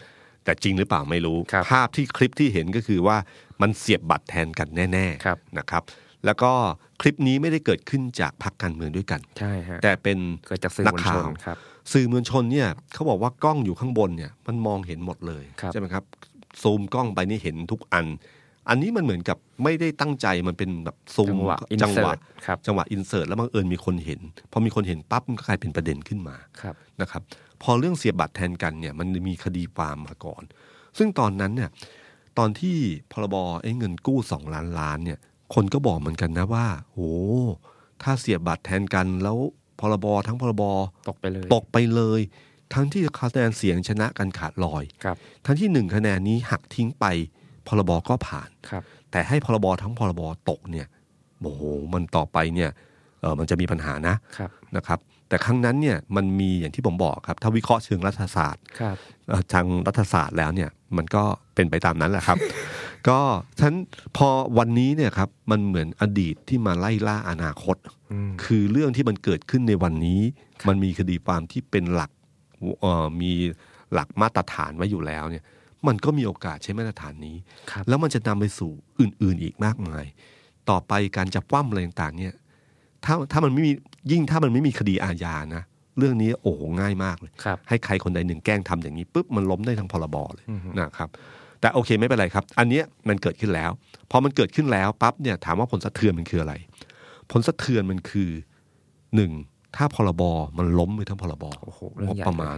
Speaker 2: แต่จริงหรือเปล่าไม่รู้
Speaker 3: ครับ
Speaker 2: ภาพที่คลิปที่เห็นก็คือว่ามันเสียบบัตรแทนกันแน่
Speaker 3: ครับ
Speaker 2: ๆนะครับ แล้วก็คลิปนี้ไม่ได้เกิดขึ้นจากพรรคการเมืองด้วยกัน
Speaker 3: ใช่ฮะ
Speaker 2: แต่เป็น
Speaker 3: เกิดจากสื่อ
Speaker 2: นัก
Speaker 3: มวลช
Speaker 2: ข่าน ว
Speaker 3: ครับ
Speaker 2: สื่อมวลชนเนี่ยเขาบอกว่ากล้องอยู่ข้างบนเนี่ยมันมองเห็นหมดเลย
Speaker 3: ครับ
Speaker 2: ใช่ไหมครับซูมกล้องไปนี่เห็นทุกอัน อันนี้มันเหมือนกับไม่ได้ตั้งใจมันเป็นแบบซูม
Speaker 3: จังห
Speaker 2: จั
Speaker 3: วะ insert
Speaker 2: หวะ
Speaker 3: ครับ
Speaker 2: จังหวะอินเสิร์ตแล้วบังเอิญมีคนเห็นพอมีคนเห็นปั๊บมันก็กลายเป็นประเด็นขึ้นมา
Speaker 3: ครับ
Speaker 2: นะครับ พอเรื่องเสียบบัตรแทนกันเนี่ยมันมีคดีความมาก่อน ซึ่งตอนนั้นเนี่ยตอนที่พรบไอ้เงินกู้สองล้านล้านเนี่ย คนก็บอกเหมือนกันนะว่าโหถ้าเสียบบัตรแทนกันแล้วพรบทั้งพรบ
Speaker 3: ตกไปเลย
Speaker 2: ตกไปเลย ทั้งที่คะแนนเสียงชนะกันขาดลอย
Speaker 3: ครับ
Speaker 2: ทั้งที่หนึ่งคะแนนนี้หักทิ้งไปพรบก็ผ่าน
Speaker 3: ครับ
Speaker 2: แต่ให้พรบทั้งพรบตกเนี่ยโอ้โหมันต่อไปเนี่ยเออมันจะมีปัญหานะครับ นะครับ แต่ครั้งนั้นเนี่ยมันมีอย่างที่ผมบอกครับ ถ้าวิเคราะห์เชิงรัฐศาสตร์
Speaker 3: ครับ
Speaker 2: เอ่อทางรัฐศาสตร์แล้วเนี่ยมันก็เป็นไปตามนั้นแหละครับ ก็ฉะนันพอวันนี้เนี่ยครับมันเหมือนอดีตที่มาไล่ล่าอนาคต
Speaker 3: อืม
Speaker 2: คือเรื่องที่มันเกิดขึ้นในวันนี้ มันมีคดีความที่เป็นหลักเอ่อมีหลักมาตรฐานไว้อยู่แล้วเนี่ย มันก็มีโอกาสใช้มาตรฐานนี้
Speaker 3: ครับ
Speaker 2: แล้วมันจะนำไปสู่อื่น ๆ อีกมากมาย ต่อไปการจะป้ำอะไรต่างๆเนี่ยถ้าถ้ามันไม่มียิ่งถ้ามันไม่มีคดีอาญานะ เรื่องนี้โอ้โหง่ายมากเลย
Speaker 3: ครับ
Speaker 2: ให้ใครคนใดหนึ่งแกล้งทำอย่างนี้ปุ๊บมันล้มได้ทั้งพรบเลย
Speaker 3: อือฮึ
Speaker 2: นะครับ แต่โอเคไม่เป็นไรครับ อันเนี้ยมันเกิดขึ้นแล้ว พอมันเกิดขึ้นแล้วปั๊บเนี่ยถามว่าผลสะเทือนมันคืออะไร ผลสะเทือนมันคือหนึ่งถ้าพรบมันล้มไปทั้งพรบ
Speaker 3: โอ้โหเรื่อง
Speaker 2: งบ
Speaker 3: ใหญ่
Speaker 2: ประมาณ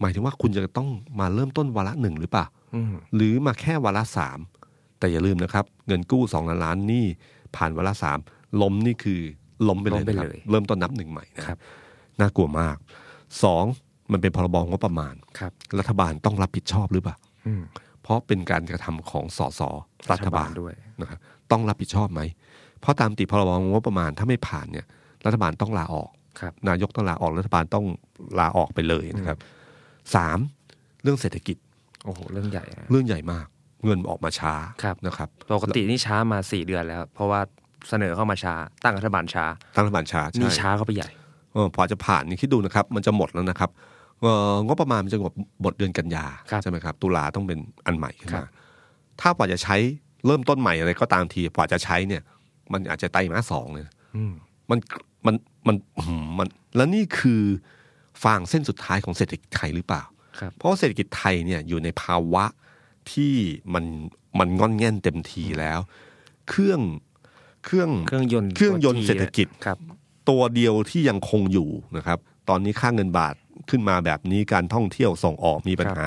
Speaker 2: หมายถึงว่าคุณจะต้องมาเริ่มต้นวาระหนึ่งหรือเปล่า
Speaker 3: อืม
Speaker 2: หรือมาแค่วาระสามแต่อย่าลืมนะครับ เงินกู้สองล้านล้านหนี่ผ่านวาระสามล้มนี่คือล้มไปเลยนะครับเริ่มต้นนับหนึ่งใหม่นะ
Speaker 3: ค
Speaker 2: ค
Speaker 3: รั
Speaker 2: รั
Speaker 3: บบ
Speaker 2: น่ากลัวมากสองมันเป็นพรบงบประมาณ
Speaker 3: ครับ
Speaker 2: รัฐบาลต้องรับผิดชอบหรือเปล่า
Speaker 3: อืม
Speaker 2: เพราะเป็นการกระทำของสสรัฐบาล
Speaker 3: ด้วย
Speaker 2: นะครับต้องรับผิดชอบไหม เพราะตามติพรบงบประมาณถ้าไม่ผ่านเนี่ย รัฐบาลต้องลาออก
Speaker 3: ครับ
Speaker 2: นายกต้องลาออกรัฐบาลต้องลาออกไปเลยนะครับสามเรื่องเศรษฐกิจ
Speaker 3: โอ้โหเรื่องใหญ่นะ
Speaker 2: เรื่องใหญ่มาก เงินออกมาช้า
Speaker 3: ครับ
Speaker 2: นะครับ
Speaker 3: ปกตินี่ช้ามาสี่เดือนแล้ว เพราะว่าเสนอเข้ามาช้า ตั้งรัฐบาลช้า
Speaker 2: ตั้งรัฐบาลช้า
Speaker 3: นี่
Speaker 2: ใช่
Speaker 3: ช้าเข้าไปใหญ่
Speaker 2: เออพอจะผ่านนี่คิดดูนะครับ มันจะหมดแล้วนะครับเอ่องบประมาณมันจะหมดหมดเดือนกันยา
Speaker 3: ครับ
Speaker 2: ใช่ไหมครับ ตุลาต้องเป็นอันใหม่ขึ้น
Speaker 3: ครั
Speaker 2: มา
Speaker 3: บ
Speaker 2: ถ้ากว่าจะใช้เริ่มต้นใหม่อะไรก็ตามทีกว่าจะใช้เนี่ย มันอาจจะไตรมาสสองเลยนะ
Speaker 3: อืม
Speaker 2: มันมันมันอื้อหือมัน แล้วนี่คือฟางเส้นสุดท้ายของเศรษฐกิจไทยหรือเปล่า
Speaker 3: ครับ
Speaker 2: เพราะเศรษฐกิจไทยเนี่ยอยู่ในภาวะที่มันมันงอนแง่นเต็มทีแล้ว เครื่องเครื่อง
Speaker 3: เครื่องยนต์
Speaker 2: เครื่องยนต์
Speaker 3: ตัว G
Speaker 2: เศรษฐกิจ
Speaker 3: ครับ
Speaker 2: ตัวเดียวที่ยังคงอยู่นะครับ ตอนนี้ค่าเงินบาทขึ้นมาแบบนี้การท่องเที่ยวส่งออกมีปัญหา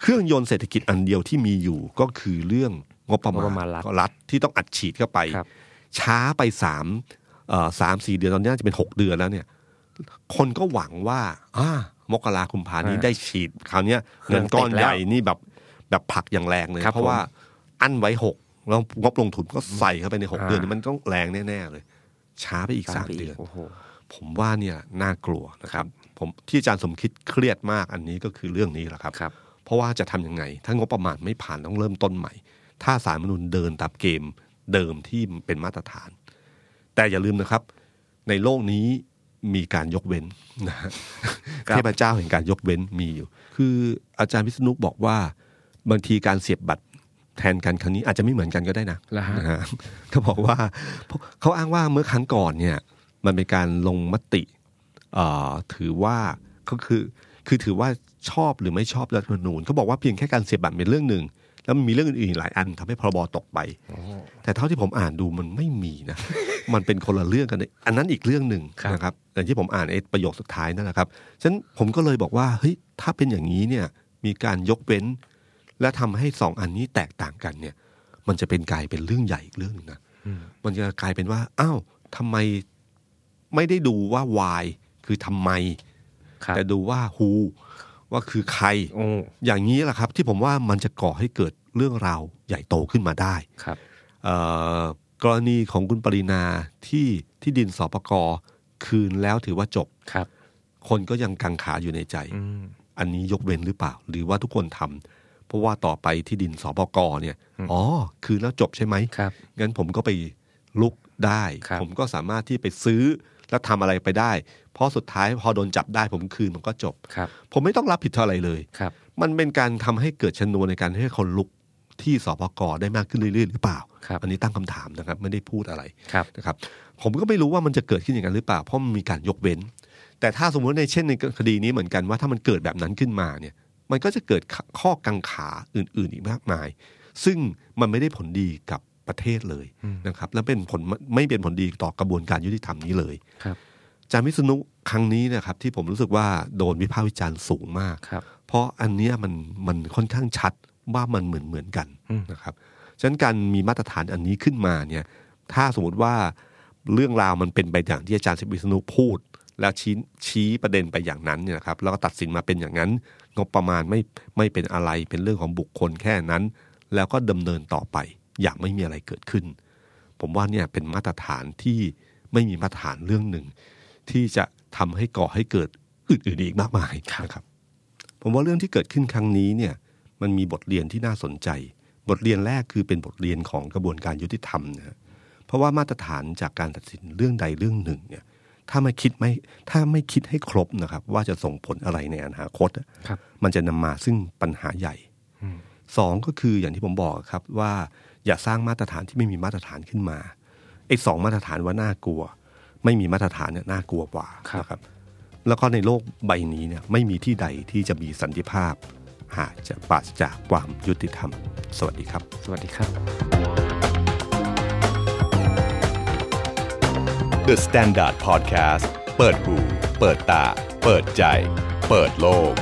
Speaker 2: เครื่องยนต์เศรษฐกิจอันเดียวที่มีอยู่ก็คือเรื่องงบประมาณ
Speaker 3: งบประมาณรัฐ
Speaker 2: ฐที่ต้องอัดฉีดเข้าไป
Speaker 3: ครับ
Speaker 2: ช้าไปสามเอ่อสามสี่เดือนตอนนี้น่าจะเป็นหกเดือนแล้วเนี่ย คนก็หวังว่าอ่า มกราคุมพานี้
Speaker 3: อ่า
Speaker 2: ได้ฉีดคราวเนี้ย
Speaker 3: เครื่
Speaker 2: เงิ
Speaker 3: อง
Speaker 2: นก้อน
Speaker 3: ติดแล้ว
Speaker 2: ใหญ่นี่แบบแบบผลักอย่างแรงเลย
Speaker 3: ครับ
Speaker 2: เพราะว่าอั้นไว้หกแล้วงบลงทุนก็ใส่เข้าไปในหก
Speaker 3: อ่า
Speaker 2: เดือนนี่มันต้องแรงแน่ๆเลย ช้าไปอีกสาม
Speaker 3: ปี
Speaker 2: เดือน
Speaker 3: โอ้โห
Speaker 2: ผมว่าเนี่ยน่ากลัวนะครับ ผมที่อาจารย์สมคิดเครียดมากอันนี้ก็คือเรื่องนี้แหละครับ
Speaker 3: ครับ
Speaker 2: เพราะว่าจะทำยังไง ถ้างบประมาณไม่ผ่านต้องเริ่มต้นใหม่ ถ้าสารมนุนเดินตามเกมเดิมที่เป็นมาตรฐาน แต่อย่าลืมนะครับ ในโลกนี้มีการยกเว้นนะฮะ
Speaker 3: ครับ
Speaker 2: เทพเจ้าแห่งการยกเว้นมีอยู่ คืออาจารย์วิษณุบอกว่าบางทีการเสียบบัตรแทนกันครั้งนี้อาจจะไม่เหมือนกันก็ได้นะ
Speaker 3: แล้วฮะ
Speaker 2: นะฮะ เขาบอกว่าเขาอ้างว่าเมื่อครั้งก่อนเนี่ยมันเป็นการลงมติเอ่อถือว่าก็คือคือถือว่าชอบหรือไม่ชอบรัฐธรรมนูญเขาบอกว่าเพียงแค่การเสียบบัตรเป็นเรื่องหนึ่ง แล้วมันมีเรื่องอื่นๆอีกหลายอันทำให้พรบตกไป แต่เท่าที่ผมอ่านดูมันไม่มีนะ มันเป็นคนละเรื่องกันเลยอันนั้นอีกเรื่องหนึ่ง
Speaker 3: ครับ
Speaker 2: นะครับอย่างที่ผมอ่านไอ้ประโยคสุดท้ายนั่นแหละครับฉะนั้นผมก็เลยบอกว่าเฮ้ยถ้าเป็นอย่างนี้เนี่ยมีการยกเว้น และทำให้สองอันนี้แตกต่างกันเนี่ย มันจะเป็นกลายเป็นเรื่องใหญ่อีกเรื่องหนึ่งนะ มันจะกลายเป็นว่า อ้าวทำไมไม่ได้ดูว่า why คือทำไม
Speaker 3: ครับ
Speaker 2: แต่ดูว่า who ว่าคือใคร
Speaker 3: โอ้
Speaker 2: อย่างนี้แหละครับ ที่ผมว่ามันจะก่อให้เกิดเรื่องราวใหญ่โตขึ้นมาได้
Speaker 3: ครับ
Speaker 2: เอ่อกรณีของคุณปรินาที่ที่ดินสปกคืนแล้วถือว่าจบ
Speaker 3: ครับ
Speaker 2: คนก็ยังกังขาอยู่ในใจ
Speaker 3: อืม
Speaker 2: อันนี้ยกเว้นหรือเปล่า หรือว่าทุกคนทำเพราะว่าต่อไปที่ดินสปกเนี่ย อ๋อ คืนแล้วจบใช่ไหม
Speaker 3: ครับ
Speaker 2: งั้นผมก็ไปลุกได้
Speaker 3: ครับ
Speaker 2: ผมก็สามารถที่ไปซื้อและทำอะไรไปได้ เพราะสุดท้ายพอโดนจับได้ผมคืนมันก็จบ
Speaker 3: ครับ
Speaker 2: ผมไม่ต้องรับผิดชอบอะไรเลย
Speaker 3: ครับ
Speaker 2: มันเป็นการทำให้เกิดชนวนในการให้คนลุกที่สพกได้มากขึ้นเรื่อยๆหรือเปล่า
Speaker 3: ครับ
Speaker 2: อันนี้ตั้งคำถามนะครับ ไม่ได้พูดอะไร
Speaker 3: ครับ
Speaker 2: นะครับ ผมก็ไม่รู้ว่ามันจะเกิดขึ้นอย่างนั้นหรือเปล่า เพราะมันมีการยกเว้น แต่ถ้าสมมติในเช่นในคดีนี้เหมือนกันว่าถ้ามันเกิดแบบนั้นขึ้นมาเนี่ย มันก็จะเกิดข้อกังขาอื่น ๆ อีกมากมาย ซึ่งมันไม่ได้ผลดีกับประเทศเลยนะครับ และเป็นผลไม่เป็นผลดีต่อกระบวนการยุติธรรมนี้เลย
Speaker 3: ครับ
Speaker 2: อาจารย์วิษณุครั้งนี้นะครับ ที่ผมรู้สึกว่าโดนวิพากษ์วิจารณ์สูงมาก
Speaker 3: ครับ
Speaker 2: เพราะอันเนี้ยมันมันค่อนข้างชัดว่ามันเหมือนเหมือนกัน
Speaker 3: อืม
Speaker 2: นะครับฉะนั้นการมีมาตรฐานอันนี้ขึ้นมาเนี่ยถ้าสมมติว่าเรื่องราวมันเป็นไปอย่างที่อาจารย์สิบวิษณุพูด แล้วชี้ชี้ประเด็นไปอย่างนั้นเนี่ยนะครับแล้วก็ตัดสินมาเป็นอย่างนั้น งบประมาณไม่ไม่เป็นอะไรเป็นเรื่องของบุคคลแค่นั้น แล้วก็ดำเนินต่อไปอย่างไม่มีอะไรเกิดขึ้น ผมว่าเนี่ยเป็นมาตรฐานที่ไม่มีมาตรฐานเรื่องหนึ่ง ที่จะทำให้ก่อให้เกิดอื่นๆอีกมากมายนะครับ ผมว่าเรื่องที่เกิดขึ้นครั้งนี้เนี่ยมันมีบทเรียนที่น่าสนใจ บทเรียนแรกคือเป็นบทเรียนของกระบวนการยุติธรรมนะฮะเพราะว่ามาตรฐานจากการตัดสินเรื่องใดเรื่องหนึ่งเนี่ยถ้าไม่คิดไม่ถ้าไม่คิดให้ครบนะครับ ว่าจะส่งผลอะไรในอนาคตอะ
Speaker 3: ครับ
Speaker 2: มันจะนำมาซึ่งปัญหาใหญ่สองก็คืออย่างที่ผมบอกครับว่าอย่าสร้างมาตรฐานที่ไม่มีมาตรฐานขึ้นมาไอ้สองมาตรฐานว่าน่ากลัว ไม่มีมาตรฐานเนี่ยน่ากลัวกว่า
Speaker 3: ครับ
Speaker 2: นะครับ แล้วก็ในโลกใบนี้เนี่ยไม่มีที่ใดที่จะมีสันติภาพ หากจะปราศจากความยุติธรรม สวัสดีครับ
Speaker 3: สวัสดีครับ
Speaker 1: The Standard Podcast เปิดหูเปิดตา เปิดใจ เปิดโลก